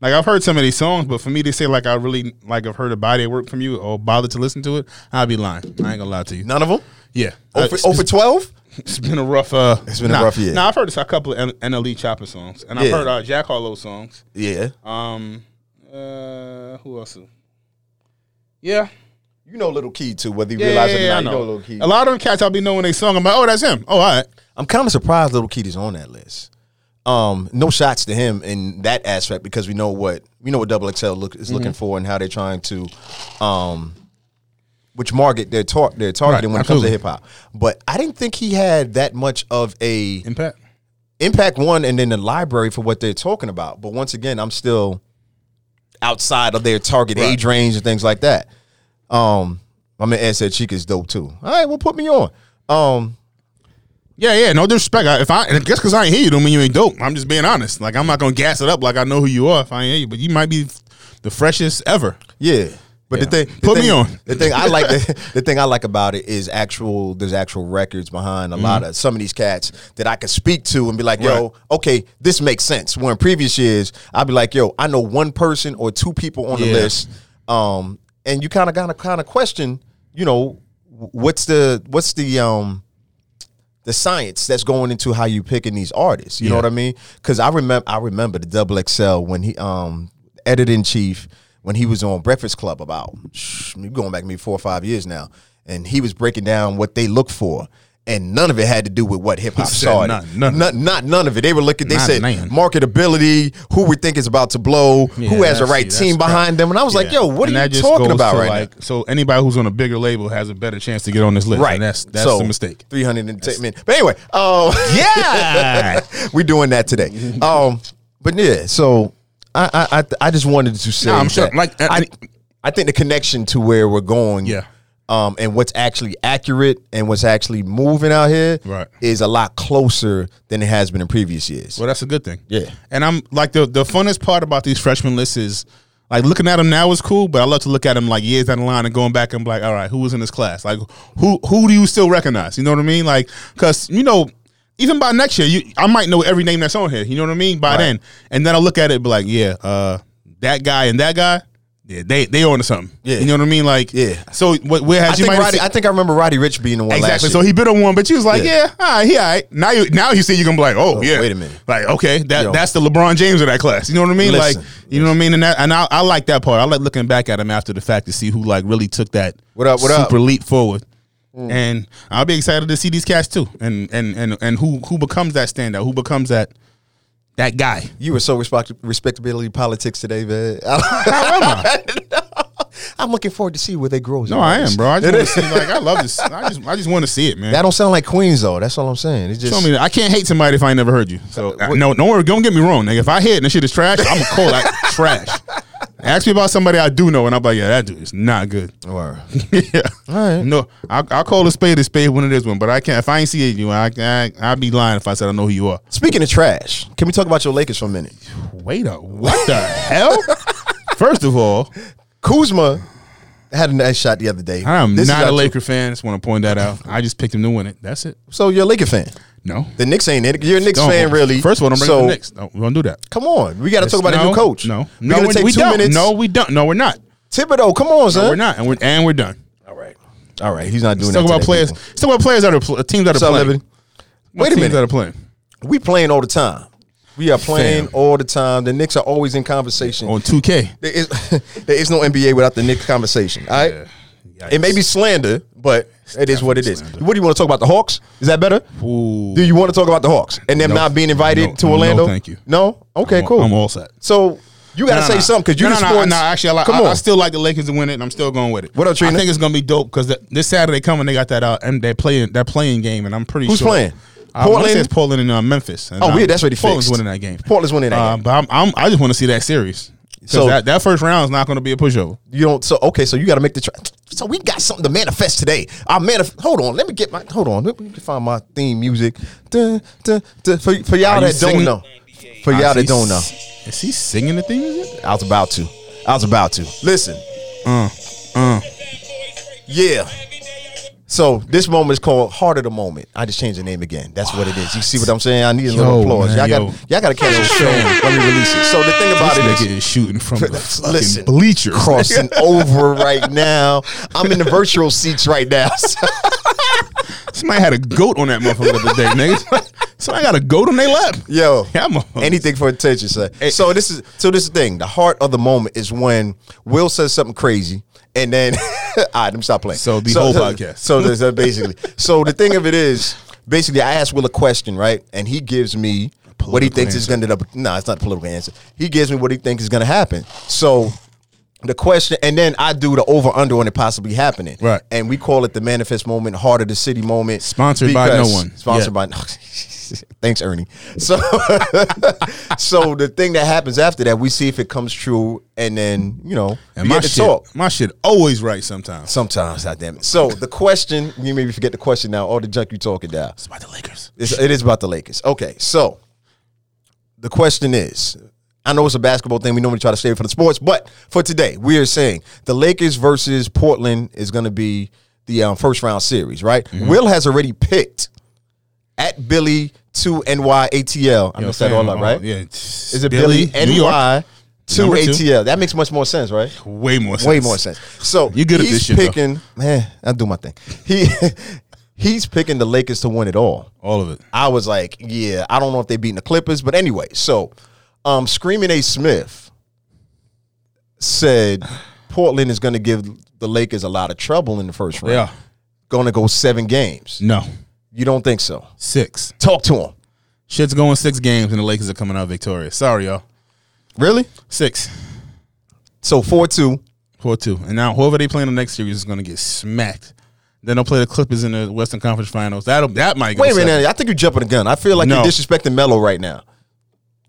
Speaker 2: Like I've heard some of these songs, but for me to say like I really like I've heard a body of work from you or bothered to listen to it, I'd be lying. I ain't gonna lie to you.
Speaker 1: None of them.
Speaker 2: Yeah.
Speaker 1: Oh
Speaker 2: Uh,
Speaker 1: for, oh for twelve.
Speaker 2: It's been a rough. Uh,
Speaker 1: It's been a
Speaker 2: nah,
Speaker 1: rough year.
Speaker 2: Now I've heard a couple of N- NLE Chopper songs, and I've
Speaker 1: Yeah.
Speaker 2: heard uh, Jack Harlow songs.
Speaker 1: Yeah.
Speaker 2: Um, uh, who else? Yeah,
Speaker 1: You know Little Key too, whether you
Speaker 2: yeah,
Speaker 1: realize
Speaker 2: yeah,
Speaker 1: it or
Speaker 2: yeah,
Speaker 1: not.
Speaker 2: I
Speaker 1: You know
Speaker 2: know.
Speaker 1: Little Key.
Speaker 2: A lot of them cats I'll be knowing they song. I'm like, oh, that's him. Oh, all right.
Speaker 1: I'm kind of surprised Little Keat is on that list. Um, no shots to him in that aspect because we
Speaker 2: Mhm.
Speaker 1: know what we know what Double XL look, is looking for and how they're trying to um, which market they're tar- they're targeting
Speaker 2: Right,
Speaker 1: when
Speaker 2: absolutely.
Speaker 1: it comes to hip hop. But I didn't think he had that much of a
Speaker 2: Impact.
Speaker 1: impact one and then the library for what they're talking about. But once again, I'm still outside of their target
Speaker 2: Right.
Speaker 1: age range and things like that. Um, my man Ed said Chica's dope too. All right, well put me on. Um,
Speaker 2: Yeah, yeah. No disrespect. I, if I and just because I ain't hear you, don't mean you ain't dope. I'm just being honest. Like I'm not gonna gas it up. Like I know who you are. If I ain't hear you, but you might be the freshest ever.
Speaker 1: yeah. But
Speaker 2: Yeah.
Speaker 1: the thing, the
Speaker 2: Put me
Speaker 1: thing-
Speaker 2: on.
Speaker 1: The thing I like, the, the thing I like about it is actual. There's actual records behind a lot of some of these cats that I can speak to and be like, "Yo,
Speaker 2: Mm-hmm. Right.
Speaker 1: okay, this makes sense." Where in previous years, I'd be like, "Yo, I know one person or two people on the
Speaker 2: Yeah.
Speaker 1: list," um, and you kind of gotta kind of question, you know, wh- what's the what's the um the science that's going into how you picking these artists. You know
Speaker 2: Yeah.
Speaker 1: what I mean? Because I remember I remember the Double XL when he um editor in chief when he was on Breakfast Club about shh, going back maybe four or five years now, and he was breaking down what they look for. And none of it had to do with what hip hop
Speaker 2: He said
Speaker 1: started.
Speaker 2: none, none of
Speaker 1: Not, not none of it. They were looking. They
Speaker 2: Not
Speaker 1: said
Speaker 2: none.
Speaker 1: marketability, who we think is about to blow, who has the
Speaker 2: that's-
Speaker 1: right
Speaker 2: see,
Speaker 1: team
Speaker 2: that's crap.
Speaker 1: behind them. And I was like,
Speaker 2: Yeah.
Speaker 1: yo, what
Speaker 2: And
Speaker 1: are
Speaker 2: that just
Speaker 1: you talking
Speaker 2: goes
Speaker 1: about
Speaker 2: to,
Speaker 1: right now?
Speaker 2: like, So anybody who's on a bigger label has a better chance to get on this list.
Speaker 1: Right.
Speaker 2: And that's that's
Speaker 1: so,
Speaker 2: the mistake.
Speaker 1: 300 and ten- But anyway, um,
Speaker 2: Yeah.
Speaker 1: we're doing that today. Um, but yeah, so I I I, I just wanted to say,
Speaker 2: No, I'm sure,
Speaker 1: that
Speaker 2: like, I-
Speaker 1: I, I think the connection to where we're going,
Speaker 2: Yeah.
Speaker 1: um, and what's actually accurate and what's actually moving out here,
Speaker 2: Right.
Speaker 1: is a lot closer than it has been in previous years.
Speaker 2: Well, that's a good thing.
Speaker 1: Yeah.
Speaker 2: And I'm like the the funnest part about these freshman lists is like looking at them now is cool, but I love to look at them like years down the line and going back and be like, all right, who was in this class? Like who who do you still recognize? You know what I mean? Like because you know. Even by next year, you I might know every name that's on here. You know what I mean? By then, and then I look at it, and be like, yeah, uh, that guy and that guy, yeah, they they on to something.
Speaker 1: Yeah.
Speaker 2: you know what I mean? Like,
Speaker 1: Yeah.
Speaker 2: So what? Where
Speaker 1: I
Speaker 2: has you
Speaker 1: think
Speaker 2: might have
Speaker 1: Roddy,
Speaker 2: seen-
Speaker 1: I think I remember Roddy Rich being the one
Speaker 2: Exactly.
Speaker 1: last
Speaker 2: So
Speaker 1: year.
Speaker 2: he bit on one, but you was like,
Speaker 1: Yeah.
Speaker 2: yeah, all right, he all right. Now you now you see you're gonna be like, oh, yeah.
Speaker 1: wait a minute.
Speaker 2: Like, okay, that
Speaker 1: Yo.
Speaker 2: that's the LeBron James of that class. You know what I mean? like
Speaker 1: Listen.
Speaker 2: you know what I mean? And that and I, I like that part. I like looking back at him after the fact to see who like really took that
Speaker 1: What up, what up? Mm.
Speaker 2: super leap forward. And I'll be excited to see these cats too. And and and and who who becomes that standout, who becomes that that guy.
Speaker 1: you were so respect- respectability politics today, man. I'm looking forward to see where they grow. as
Speaker 2: No, Oh, I
Speaker 1: artists.
Speaker 2: am, bro. I just want to see like I love this. I just I just want to see it, man.
Speaker 1: That don't sound like Queens though. That's all I'm saying. It's just
Speaker 2: Tell me that. I can't hate somebody if I ain't never heard you. So uh, no, don't worry. Don't get me wrong, nigga. If I hear it and the shit is trash, I'm gonna call that trash. Ask me about somebody I do know, and I'm like, yeah, that dude is not good.
Speaker 1: Word.
Speaker 2: yeah.
Speaker 1: right.
Speaker 2: No, I'll, I'll call a spade a spade when it is one. But I can't. If I ain't see it, you, I, I I'd be lying if I said I know who you are.
Speaker 1: Speaking of trash, can we talk about your Lakers for a minute?
Speaker 2: Wait a what the hell? First of all,
Speaker 1: Kuzma had a nice shot the other day.
Speaker 2: I am
Speaker 1: This is
Speaker 2: not
Speaker 1: our-
Speaker 2: a Laker fan. Just want to point that out. I just picked him to win it. That's it.
Speaker 1: So you're a Laker fan.
Speaker 2: No.
Speaker 1: The Knicks ain't in it. You're a Knicks
Speaker 2: Don't.
Speaker 1: fan, really.
Speaker 2: First of all, don't bring
Speaker 1: so,
Speaker 2: up the Knicks. No, we don't do that.
Speaker 1: Come on, we got to talk about
Speaker 2: no,
Speaker 1: a new coach.
Speaker 2: No,
Speaker 1: we're
Speaker 2: no,
Speaker 1: gonna
Speaker 2: we-
Speaker 1: take
Speaker 2: we
Speaker 1: 2
Speaker 2: don't.
Speaker 1: minutes.
Speaker 2: No, we don't. No, we're not.
Speaker 1: Thibodeau, come on, son.
Speaker 2: We're not, and we're and we're done.
Speaker 1: All right, all right. He's not doing
Speaker 2: Let's
Speaker 1: that.
Speaker 2: talk about
Speaker 1: today,
Speaker 2: players.
Speaker 1: people.
Speaker 2: Let's talk about players that are pl- teams that are
Speaker 1: So,
Speaker 2: playing.
Speaker 1: Liberty,
Speaker 2: What
Speaker 1: wait a
Speaker 2: teams
Speaker 1: minute.
Speaker 2: that are playing.
Speaker 1: we playing all the time. We are playing
Speaker 2: Fam. Oh.
Speaker 1: all the time. The Knicks are always in conversation.
Speaker 2: on two K.
Speaker 1: There is there is no NBA without the Knicks conversation. All right. It may be slander, but it is what it is.
Speaker 2: slander.
Speaker 1: What do you want to talk about? The Hawks? Is that better?
Speaker 2: Ooh.
Speaker 1: Do you want to talk about the Hawks and them
Speaker 2: No.
Speaker 1: not being invited
Speaker 2: No,
Speaker 1: to
Speaker 2: no,
Speaker 1: Orlando?
Speaker 2: thank you.
Speaker 1: No. Okay.
Speaker 2: I'm all-
Speaker 1: cool.
Speaker 2: I'm all set.
Speaker 1: So you got to say something because you
Speaker 2: no,
Speaker 1: the
Speaker 2: no, no,
Speaker 1: sports.
Speaker 2: no, actually, I, like,
Speaker 1: come
Speaker 2: I,
Speaker 1: on.
Speaker 2: I still like the Lakers to win it, and I'm still going with it.
Speaker 1: What up, Trina?
Speaker 2: I think it's gonna be dope because this Saturday coming, they got that uh, and they playing that playing game, and I'm pretty
Speaker 1: Who's
Speaker 2: sure
Speaker 1: playing?
Speaker 2: Uh, Portland,
Speaker 1: Portland?
Speaker 2: it's Portland and uh, Memphis. And,
Speaker 1: Oh,
Speaker 2: uh,
Speaker 1: weird, that's already
Speaker 2: Portland's
Speaker 1: fixed.
Speaker 2: winning that game.
Speaker 1: Portland's winning that
Speaker 2: Uh,
Speaker 1: game.
Speaker 2: But I'm, I'm, I just want to see that series.
Speaker 1: So-
Speaker 2: So that, that first round is not going to be a pushover.
Speaker 1: you don't. So okay. So you got to make the. Tra- so we got something to manifest today. Our manif- Hold on. Let me get my. Hold on. Let me find my theme music. Dun, dun, dun. For, for y'all
Speaker 2: Are you
Speaker 1: that don't
Speaker 2: singing?
Speaker 1: know. For y'all that don't know.
Speaker 2: Is he singing the theme music?
Speaker 1: I was about to. I was about to. Listen.
Speaker 2: Uh, uh.
Speaker 1: Yeah. So this moment is called Heart of the Moment. I just changed the name again. That's what, it is. You see what I'm saying? I need a little
Speaker 2: Yo, man,
Speaker 1: applause. y'all
Speaker 2: yo.
Speaker 1: got y'all got to catch the show when we release it. So the thing about
Speaker 2: This
Speaker 1: it is,
Speaker 2: nigga is shooting from the fucking
Speaker 1: listen,
Speaker 2: bleachers.
Speaker 1: crossing over right now. I'm in the virtual seats right now.
Speaker 2: Somebody had a goat on that motherfucker the other day, nigga. Somebody got a goat on their lap.
Speaker 1: Yo,
Speaker 2: Yeah, I'm a-
Speaker 1: anything for attention, sir. So this is so this is the thing. The heart of the moment is when Will says something crazy, and then all right, let me stop playing.
Speaker 2: So the whole podcast.
Speaker 1: So there's that basically. so the thing of it is, basically, I ask Will a question, right, and he gives me what he
Speaker 2: political
Speaker 1: thinks is going to. No, it's not a political answer. He gives me what he thinks is going to happen. So the question, and then I do the over under on it possibly happening.
Speaker 2: Right.
Speaker 1: And we call it the manifest moment, heart of the city moment.
Speaker 2: Sponsored by
Speaker 1: because-
Speaker 2: no one.
Speaker 1: Sponsored by no Thanks, Ernie. So so the thing that happens after that, we see if it comes true and then, you know,
Speaker 2: And
Speaker 1: we
Speaker 2: my
Speaker 1: get to
Speaker 2: shit,
Speaker 1: talk.
Speaker 2: my shit always right sometimes.
Speaker 1: Sometimes, God damn it. So the question, you made me forget the question now, all the junk you talking now.
Speaker 2: It's about the Lakers.
Speaker 1: It's, it is about the Lakers. Okay, so the question is, I know it's a basketball thing. We normally try to save it for the sports, but for today, we are saying the Lakers versus Portland is going to be the um, first round series, right?
Speaker 2: Mm-hmm.
Speaker 1: Will has already picked at Billy to NYATL. I missed that all up, right?
Speaker 2: Yeah.
Speaker 1: Is it Billy,
Speaker 2: Uh, New York?
Speaker 1: NY to
Speaker 2: Number two.
Speaker 1: ATL? That makes much more sense, right?
Speaker 2: Way more. Sense.
Speaker 1: Way more sense. So
Speaker 2: You good at
Speaker 1: he's
Speaker 2: this shit, though.
Speaker 1: picking. Man, I do my thing. He he's picking the Lakers to win it all.
Speaker 2: All of it.
Speaker 1: I was like, yeah, I don't know if they beating the Clippers, but anyway, so um Screaming A Smith said Portland is gonna give the Lakers a lot of trouble in the first round.
Speaker 2: Yeah.
Speaker 1: Gonna go seven games.
Speaker 2: No.
Speaker 1: You don't think so?
Speaker 2: Six.
Speaker 1: Talk to him.
Speaker 2: Shit's going six games, and the Lakers are coming out victorious. Sorry, y'all.
Speaker 1: Really?
Speaker 2: Six.
Speaker 1: So four two.
Speaker 2: Four two. And now whoever they play in the next series is going to get smacked. Then they'll play the Clippers in the Western Conference Finals. That'll that might go
Speaker 1: Wait a minute,
Speaker 2: seven.
Speaker 1: Andy, I think you're jumping the gun. I feel like
Speaker 2: No.
Speaker 1: you're disrespecting Melo right now.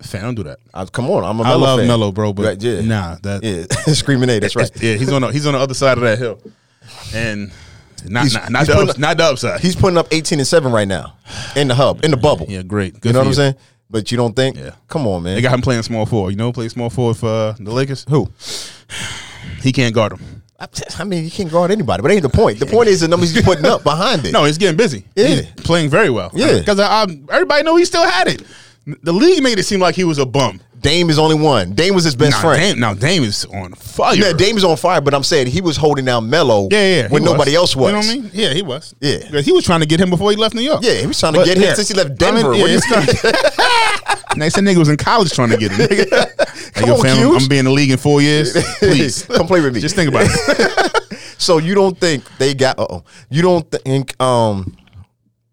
Speaker 2: Fan, don't do that.
Speaker 1: I, come on, I'm a
Speaker 2: I
Speaker 1: Melo
Speaker 2: love
Speaker 1: fan.
Speaker 2: Melo, bro, but
Speaker 1: Right, yeah.
Speaker 2: nah, that
Speaker 1: Yeah, Screaming A, that's right.
Speaker 2: yeah, he's on the, he's on the other side of that hill, and not
Speaker 1: He's-
Speaker 2: not, not,
Speaker 1: he's
Speaker 2: the,
Speaker 1: putting
Speaker 2: ups- not the upside.
Speaker 1: He's putting up 18 and 7 right now in the hub, in the bubble.
Speaker 2: yeah, great. Good
Speaker 1: You know
Speaker 2: for
Speaker 1: what I'm saying? But you don't think?
Speaker 2: Yeah.
Speaker 1: Come on, man.
Speaker 2: They got him playing small forward. You know, who plays small forward for uh, the Lakers.
Speaker 1: Who?
Speaker 2: He can't guard him.
Speaker 1: I I mean, you can't guard anybody, but ain't the point. The point is the numbers he's putting up behind it.
Speaker 2: No, he's getting busy.
Speaker 1: Yeah.
Speaker 2: He's playing very well.
Speaker 1: Yeah.
Speaker 2: because everybody know he still had it. The league made it seem like he was a bum.
Speaker 1: Dame is only one. Dame was his best
Speaker 2: now,
Speaker 1: friend.
Speaker 2: Dame, now Dame is on fire.
Speaker 1: Yeah, Dame is on fire, but I'm saying he was holding down Mello
Speaker 2: Yeah, yeah, yeah, he
Speaker 1: when nobody else was.
Speaker 2: You know what I mean? Yeah, he was.
Speaker 1: Yeah.
Speaker 2: Because he was trying to get him before he left New York.
Speaker 1: Yeah, he was trying to
Speaker 2: But
Speaker 1: get him
Speaker 2: yeah.
Speaker 1: since he left
Speaker 2: I mean,
Speaker 1: Denver.
Speaker 2: yeah,
Speaker 1: What do you-
Speaker 2: it's not- Next that nigga was in college trying to get him. Like, yo,
Speaker 1: on,
Speaker 2: fam, I'm,
Speaker 1: Hughes.
Speaker 2: I'm being in the league in four years. Please.
Speaker 1: Come play with me.
Speaker 2: Just think about it.
Speaker 1: so you don't think they got? Oh, you don't think um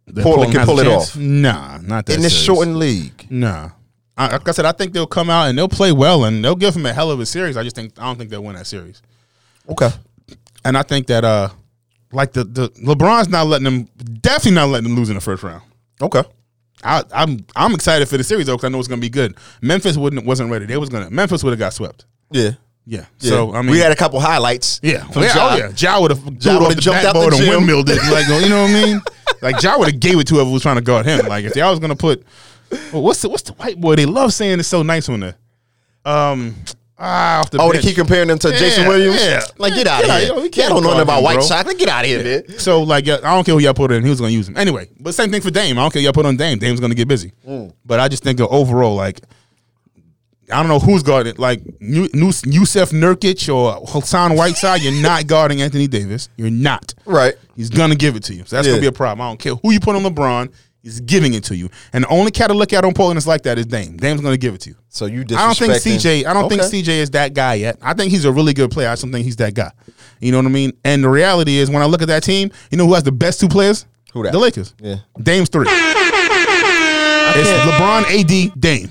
Speaker 2: That
Speaker 1: Portland can
Speaker 2: has a
Speaker 1: pull it
Speaker 2: chance?
Speaker 1: off.
Speaker 2: Nah, not that
Speaker 1: in this
Speaker 2: serious.
Speaker 1: shortened league?
Speaker 2: Nah. I, like I said, I think they'll come out and they'll play well and they'll give him a hell of a series. I just think I don't think they'll win that series.
Speaker 1: Okay,
Speaker 2: And I think that uh like the, the LeBron's not letting them definitely not letting them lose in the first round.
Speaker 1: okay.
Speaker 2: I, I'm I'm excited for the series though because I know it's gonna be good. Memphis wouldn't wasn't ready. They was gonna Memphis would have got swept.
Speaker 1: Yeah.
Speaker 2: Yeah.
Speaker 1: yeah.
Speaker 2: So I mean,
Speaker 1: we had a couple highlights.
Speaker 2: yeah,
Speaker 1: from
Speaker 2: yeah,
Speaker 1: Ja.
Speaker 2: oh, yeah. Ja would have
Speaker 1: Ja
Speaker 2: jumped
Speaker 1: would've jumped out
Speaker 2: out the
Speaker 1: the
Speaker 2: and
Speaker 1: gym.
Speaker 2: windmilled it. Like you know what I mean? Like Ja would have gave it to whoever was trying to guard him. Like if y'all was gonna put well, what's the what's the white boy? They love saying it's so nice when the um ah off the
Speaker 1: Oh, they
Speaker 2: bench.
Speaker 1: keep comparing them to Jason
Speaker 2: Yeah,
Speaker 1: Williams.
Speaker 2: yeah.
Speaker 1: Like, get
Speaker 2: Yeah,
Speaker 1: out of
Speaker 2: yeah,
Speaker 1: here.
Speaker 2: yo, we
Speaker 1: You
Speaker 2: can't
Speaker 1: don't know
Speaker 2: guard
Speaker 1: nothing about
Speaker 2: him,
Speaker 1: White
Speaker 2: bro.
Speaker 1: Sox. Like, get out of here, man.
Speaker 2: So like, yeah, I don't care who y'all put in. He was gonna use him anyway. But same thing for Dame. I don't care y'all put on Dame. Dame's gonna get busy. But I just think uh, overall, like, I don't know who's guarding. Like, New, New, Yusef Nurkic or Hassan Whiteside. You're not guarding Anthony Davis. You're not.
Speaker 1: Right.
Speaker 2: He's gonna give it to you. So that's
Speaker 1: Yeah.
Speaker 2: gonna be a problem. I don't care who you put on LeBron. He's giving it to you. And the only cat to look at on Portland is like that is Dame. Dame's gonna give it to you.
Speaker 1: So you
Speaker 2: I don't think
Speaker 1: disrespecting-
Speaker 2: CJ. I don't think
Speaker 1: Okay.
Speaker 2: CJ is that guy yet. I think he's a really good player. I just don't think he's that guy. You know what I mean? And the reality is, when I look at that team, you know who has the best two players?
Speaker 1: Who that?
Speaker 2: The Lakers.
Speaker 1: Yeah.
Speaker 2: Dame's three. it's LeBron, AD, Dame.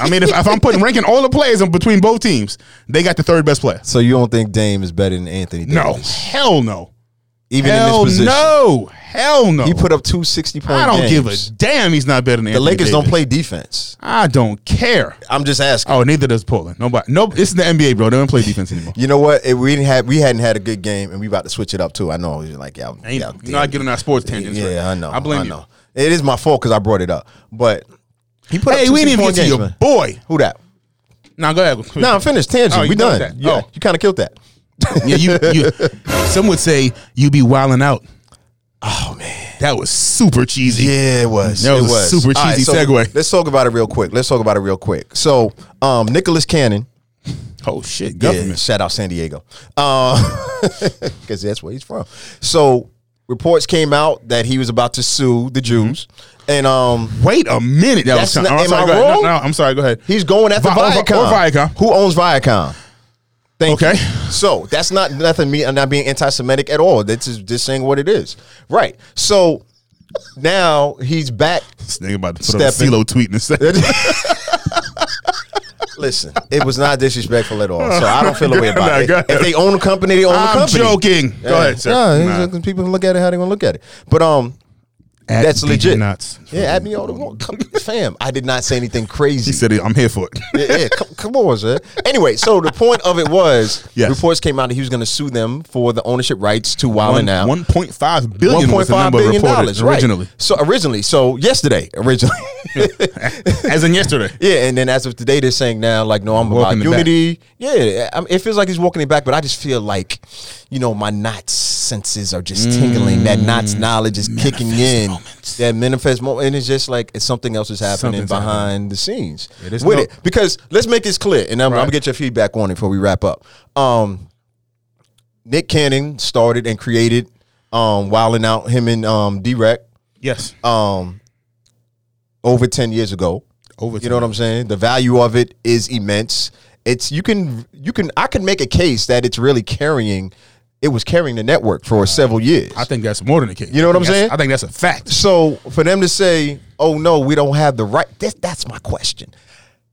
Speaker 2: I mean, if, if I'm putting ranking all the players in between both teams, they got the third best player.
Speaker 1: So you don't think Dame is better than Anthony Davis?
Speaker 2: No, hell no,
Speaker 1: Even
Speaker 2: hell
Speaker 1: in this position.
Speaker 2: no, hell no.
Speaker 1: He put up two 60 point
Speaker 2: I don't give a
Speaker 1: games.
Speaker 2: damn. He's not better than
Speaker 1: The Lakers don't play defense.
Speaker 2: I don't care.
Speaker 1: I'm just asking.
Speaker 2: Oh, neither does Portland. Nobody. No, this is the NBA, bro. They don't play defense anymore.
Speaker 1: You know what? If we didn't have we hadn't had a good game and we about to switch it up too. I know you're like, yeah,
Speaker 2: Ain't,
Speaker 1: yeah,
Speaker 2: you know, I get on our sports tangents.
Speaker 1: yeah,
Speaker 2: right?
Speaker 1: I know.
Speaker 2: I blame
Speaker 1: I
Speaker 2: you.
Speaker 1: know. It is my fault because I brought it up. But he put
Speaker 2: Hey,
Speaker 1: up two
Speaker 2: we didn't even
Speaker 1: 60-point
Speaker 2: get to
Speaker 1: games,
Speaker 2: your
Speaker 1: man.
Speaker 2: boy.
Speaker 1: Who that?
Speaker 2: Now go ahead.
Speaker 1: No, I'm finished. Tangent.
Speaker 2: Oh, you
Speaker 1: we
Speaker 2: done
Speaker 1: done.
Speaker 2: with that.
Speaker 1: Yeah,
Speaker 2: Oh.
Speaker 1: you kind of killed that.
Speaker 2: yeah, you, you. Some would say you be wilding out.
Speaker 1: Oh man.
Speaker 2: That was super cheesy.
Speaker 1: Yeah, it was.
Speaker 2: That
Speaker 1: it
Speaker 2: was a
Speaker 1: was
Speaker 2: super
Speaker 1: All
Speaker 2: cheesy
Speaker 1: so
Speaker 2: segue.
Speaker 1: Let's talk about it real quick. Let's talk about it real quick. So, um, Nicholas Cannon,
Speaker 2: Oh shit,
Speaker 1: yeah,
Speaker 2: government.
Speaker 1: shout out San Diego, because that's where he's from. So, reports came out that he was about to sue
Speaker 2: Mm-hmm.
Speaker 1: the Jews, and um,
Speaker 2: Wait a minute. That
Speaker 1: That's
Speaker 2: was.
Speaker 1: not-
Speaker 2: I'm
Speaker 1: am
Speaker 2: sorry,
Speaker 1: I
Speaker 2: go ahead. No,
Speaker 1: wrong?
Speaker 2: no, I'm sorry. Go ahead.
Speaker 1: he's going after
Speaker 2: Vi- or Vi-
Speaker 1: Viacom.
Speaker 2: or Viacom.
Speaker 1: Who owns Viacom? Thank you.
Speaker 2: Okay.
Speaker 1: So that's not nothing. Me, I'm not being anti-Semitic at all. That's just, just saying what it is. Right. So now he's back
Speaker 2: This nigga about to put up a
Speaker 1: Stepping.
Speaker 2: CeeLo tweet in a second.
Speaker 1: Listen, it was not disrespectful at all. So I don't feel a way
Speaker 2: Nah,
Speaker 1: about it.
Speaker 2: go ahead.
Speaker 1: If they own a company, they own
Speaker 2: I'm
Speaker 1: a company.
Speaker 2: joking. Go
Speaker 1: Yeah.
Speaker 2: ahead, sir.
Speaker 1: No, it's
Speaker 2: Nah.
Speaker 1: just 'cause people look at it how they want to look at it. But um,
Speaker 2: At
Speaker 1: That's
Speaker 2: the
Speaker 1: legit.
Speaker 2: Nuts.
Speaker 1: yeah, add me all the want. Come- Fam, I did not say anything crazy.
Speaker 2: He said, "I'm here for it."
Speaker 1: yeah, yeah, come, come on, sir. Anyway, so the point of it was
Speaker 2: Yes.
Speaker 1: reports came out that he was going to sue them for the ownership rights to Wild and Out.
Speaker 2: One point five billion was the number
Speaker 1: billion
Speaker 2: reported
Speaker 1: right.
Speaker 2: originally,
Speaker 1: So originally, so yesterday, originally.
Speaker 2: as in yesterday.
Speaker 1: Yeah, and then as of today, they're saying now, like, no, I'm
Speaker 2: Walking it
Speaker 1: about unity. Yeah, I mean, it feels like he's walking it back, but I just feel like, you know, my Knots senses are just tingling. That
Speaker 2: Mm.
Speaker 1: Knots knowledge is kicking in. That manifest moment, and it's just like it's something else is happening
Speaker 2: Something's
Speaker 1: behind
Speaker 2: happening.
Speaker 1: the scenes
Speaker 2: there's
Speaker 1: with
Speaker 2: no-
Speaker 1: it. Because let's make this clear, and I'm, I'm
Speaker 2: Right.
Speaker 1: gonna get your feedback on it before we wrap up. Um, Nick Cannon started and created um, Wildin' Out. Him and um, D-Rec
Speaker 2: Yes,
Speaker 1: um, over ten years ago.
Speaker 2: over.
Speaker 1: You know what I'm saying? The value of it is immense. It's you can you can I can make a case that it's really carrying it was carrying the network for several years.
Speaker 2: I think that's more than a case.
Speaker 1: You know what
Speaker 2: I
Speaker 1: I'm
Speaker 2: think that's-
Speaker 1: saying?
Speaker 2: I think that's a fact.
Speaker 1: so for them to say, "Oh no, we don't have the right," that, that's my question.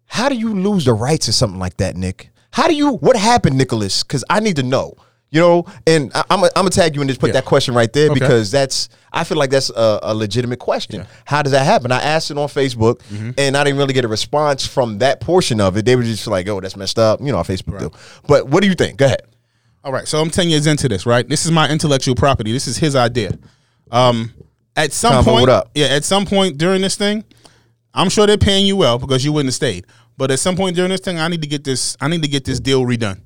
Speaker 1: How do you lose the rights to something like that, Nick? How do you? What happened, Nicholas? Because I need to know. You know, and I, I'm i I'm gonna tag you and just put
Speaker 2: Yeah.
Speaker 1: that question right there
Speaker 2: Okay.
Speaker 1: because that's I feel like that's a, a legitimate question. How does that happen? I asked it on Facebook,
Speaker 2: Mm-hmm.
Speaker 1: and I didn't really get a response from that portion of it. They were just like, "Oh, that's messed up," you know, how Facebook do. But what do you think? Go ahead.
Speaker 2: All right, so I'm ten years into this. Right, this is my intellectual property. This is his idea. Um, at some
Speaker 1: Combo,
Speaker 2: point,
Speaker 1: what up?
Speaker 2: yeah, at some point during this thing, I'm sure they're paying you well because you wouldn't have stayed. But at some point during this thing, I need to get this. I need to get this deal redone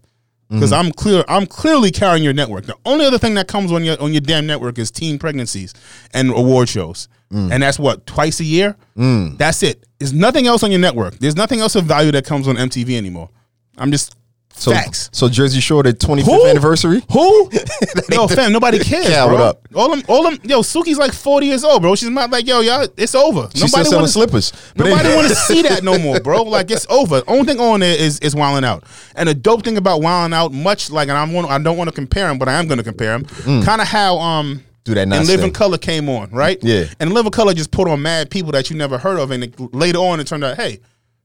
Speaker 2: because
Speaker 1: Mm.
Speaker 2: I'm clear. I'm clearly carrying your network. The only other thing that comes on your on your damn network is teen pregnancies and award shows,
Speaker 1: Mm.
Speaker 2: and that's what twice a year. That's it. There's nothing else on your network. There's nothing else of value that comes on MTV anymore. I'm just
Speaker 1: So,
Speaker 2: facts.
Speaker 1: so Jersey Shore, the 25th
Speaker 2: Who?
Speaker 1: anniversary.
Speaker 2: Who? no, fam, nobody cares,
Speaker 1: Yeah,
Speaker 2: bro.
Speaker 1: what up?
Speaker 2: All them, all them, yo, Suki's like 40 years old, bro. She's not like, yo, y'all, it's over.
Speaker 1: She's still selling
Speaker 2: wanna-
Speaker 1: slippers. But
Speaker 2: Nobody
Speaker 1: anyway.
Speaker 2: want to see that no more, bro. Like it's over. Only thing on there is is wilding out. And the dope thing about wilding out, much like, and I'm want I don't want to compare him, but I am going to compare him. Kind of how um,
Speaker 1: Mm. Do that
Speaker 2: And
Speaker 1: nice
Speaker 2: Living
Speaker 1: thing.
Speaker 2: Color came on, right?
Speaker 1: Yeah.
Speaker 2: And Living Color just put on mad people that you never heard of, and it, later on it turned out, hey,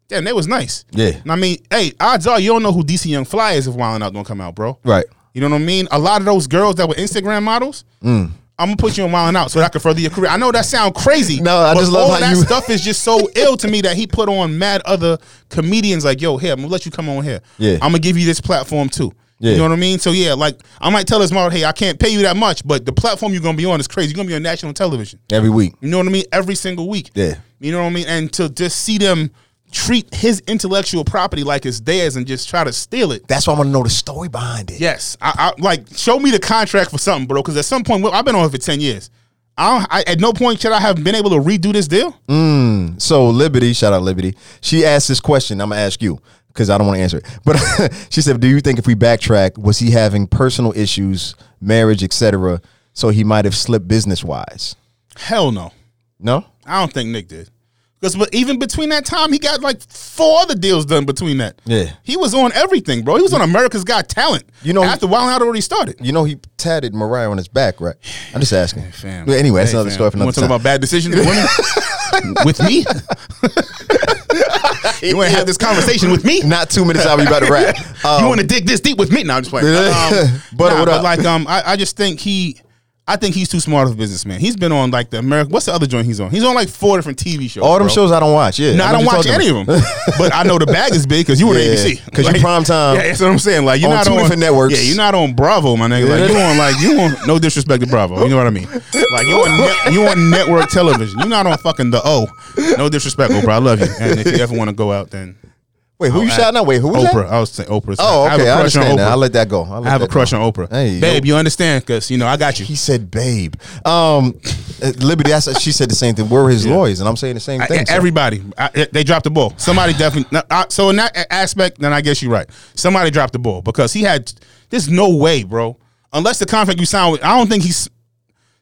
Speaker 2: damn, that was nice.
Speaker 1: Yeah.
Speaker 2: And I mean, hey, odds are you don't know who DC Young Fly is if wilding out don't come out, bro.
Speaker 1: Right.
Speaker 2: You know what I mean? A lot of those girls that were Instagram models,
Speaker 1: Mm.
Speaker 2: I'm gonna put you on Wild 'N Out so that I can further your career. I know that sound crazy.
Speaker 1: No, I
Speaker 2: but
Speaker 1: just love
Speaker 2: all
Speaker 1: how
Speaker 2: that
Speaker 1: you-
Speaker 2: stuff is just so ill to me that he put on mad other comedians like, yo, here, I'm gonna let you come on here.
Speaker 1: Yeah.
Speaker 2: I'm gonna give you this platform too.
Speaker 1: Yeah.
Speaker 2: You know what I mean? So yeah, like I might tell this model, hey, I can't pay you that much, but the platform you're gonna be on is crazy. You're gonna be on national television.
Speaker 1: Every week.
Speaker 2: You know what I mean? Every single week.
Speaker 1: Yeah.
Speaker 2: You know what I mean? And to just see them treat his intellectual property like it's theirs and just try to steal it.
Speaker 1: That's why I want to know the story behind it.
Speaker 2: Yes, I, I like show me the contract for something, bro. Because at some point, well, I've been on it for ten years. I, don't, I at no point should I have been able to redo this deal.
Speaker 1: Mm. So Liberty, shout out Liberty. She asked this question. I'm gonna ask you because I don't want to answer it. But she said, "Do you think if we backtrack, was he having personal issues, marriage, etc.? So he might have slipped business wise?
Speaker 2: Hell no,
Speaker 1: No,
Speaker 2: I don't think Nick did. Because but even between that time, he got like four other deals done between that.
Speaker 1: Yeah.
Speaker 2: he was on everything, bro. He was on America's Got Talent.
Speaker 1: You know-
Speaker 2: after Wild Out already started.
Speaker 1: you know he tatted Mariah on his back, right? I'm just asking.
Speaker 2: Fam.
Speaker 1: But anyway, that's
Speaker 2: Hey,
Speaker 1: another
Speaker 2: fam.
Speaker 1: story for
Speaker 2: You
Speaker 1: another
Speaker 2: wanna
Speaker 1: time.
Speaker 2: talk about bad decisions with women? with me? you want to have this conversation with me?
Speaker 1: Not two minutes out, we about to wrap. Um,
Speaker 2: you want to dig this deep with me? No, I'm just playing. Um,
Speaker 1: But
Speaker 2: but,
Speaker 1: what
Speaker 2: but
Speaker 1: up?
Speaker 2: like, um, I, I just think he, I think he's too smart of a businessman. He's been on like the American. What's the other joint he's on? He's on like four different TV shows.
Speaker 1: all them
Speaker 2: bro.
Speaker 1: shows I don't watch. Yeah,
Speaker 2: No, I don't watch any of them. but I know the bag is big because you were
Speaker 1: Yeah,
Speaker 2: on ABC.
Speaker 1: 'cause you prime time
Speaker 2: Yeah, that's what I'm saying. Like you're
Speaker 1: on
Speaker 2: not
Speaker 1: two
Speaker 2: on
Speaker 1: different networks.
Speaker 2: Yeah, you're not on Bravo, my nigga. Like you on like you on no disrespect to Bravo. You know what I mean? Like you on net, you on network television. You're not on fucking the O. No disrespect, Oprah. I love you. And if you ever want to go out, then
Speaker 1: Wait, who you shouting out? Wait, who was
Speaker 2: Oprah.
Speaker 1: that?
Speaker 2: I was saying Oprah.
Speaker 1: Oh, okay, I,
Speaker 2: have a crush on
Speaker 1: understand that.
Speaker 2: Oprah.
Speaker 1: I'll let that go. I'll let
Speaker 2: I have a
Speaker 1: that go.
Speaker 2: crush on Oprah.
Speaker 1: Hey,
Speaker 2: babe, you understand? Cause you know I got
Speaker 1: He
Speaker 2: you.
Speaker 1: said, "Babe, um, uh, Liberty." I said, she said the same thing. We're his lawyers, and I'm saying the same
Speaker 2: I-
Speaker 1: thing. so-
Speaker 2: everybody, I, I- they dropped the ball. Somebody definitely. no, I- so in that a- aspect, then I guess you're right. Somebody dropped the ball because he had. There's no way, bro. Unless the contract you signed with, I don't think he's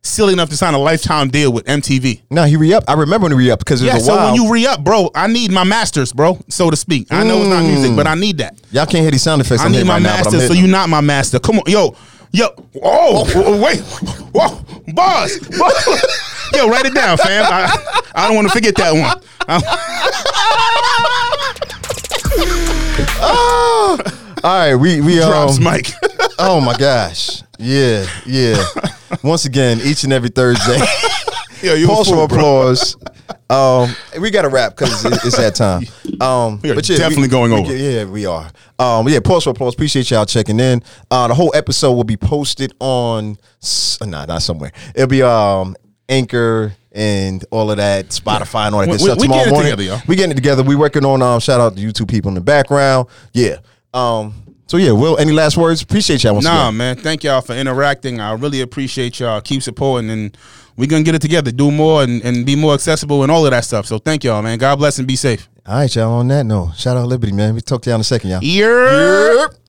Speaker 2: silly enough to sign a lifetime deal with MTV.
Speaker 1: no, he re up. I remember when he re up because it
Speaker 2: Yeah.
Speaker 1: was a
Speaker 2: So
Speaker 1: while.
Speaker 2: when you re up, bro, I need my masters, bro, so to speak. I know it's not music, but I need that.
Speaker 1: Y'all can't hear these sound effects.
Speaker 2: I
Speaker 1: I'm
Speaker 2: need
Speaker 1: hitting
Speaker 2: my
Speaker 1: Hmm. right now, but I'm
Speaker 2: master, so
Speaker 1: hitting
Speaker 2: you not my master. Come on, yo, yo. Oh, w- w- wait, whoa, bars. Bars. yo, write it down, fam.
Speaker 1: Um,
Speaker 2: I, I don't want to forget that one. I-
Speaker 1: them. All right, we we
Speaker 2: Drops
Speaker 1: um,
Speaker 2: Mike.
Speaker 1: oh my gosh, yeah, yeah. Once again, each and every Thursday.
Speaker 2: Yo, you a
Speaker 1: Pause for
Speaker 2: fool, bro.
Speaker 1: applause. Um, we got to wrap because it's that time. Um,
Speaker 2: We are
Speaker 1: but yeah,
Speaker 2: definitely going
Speaker 1: we-
Speaker 2: over.
Speaker 1: Yeah, we are. Um, yeah, pause for applause. Appreciate y'all checking in. Uh, the whole episode will be posted on. s- uh, Nah, not somewhere. It'll be um Anchor and all of that, Spotify and all that good
Speaker 2: We- we-
Speaker 1: stuff
Speaker 2: we
Speaker 1: tomorrow
Speaker 2: getting it
Speaker 1: morning.
Speaker 2: together, y'all.
Speaker 1: we getting it together. We working on. Um, shout out to you two people in the background. Yeah. Um. So yeah, Will. Any last words? Appreciate y'all once
Speaker 2: Nah,
Speaker 1: again.
Speaker 2: man. Thank y'all for interacting. I really appreciate y'all. Keep supporting, and we're gonna get it together. Do more and, and be more accessible and all of that stuff. So thank y'all, man. God bless and be safe.
Speaker 1: All right, y'all. On that note, shout out Liberty, man. We talk to y'all in a second, y'all.
Speaker 2: Yerp.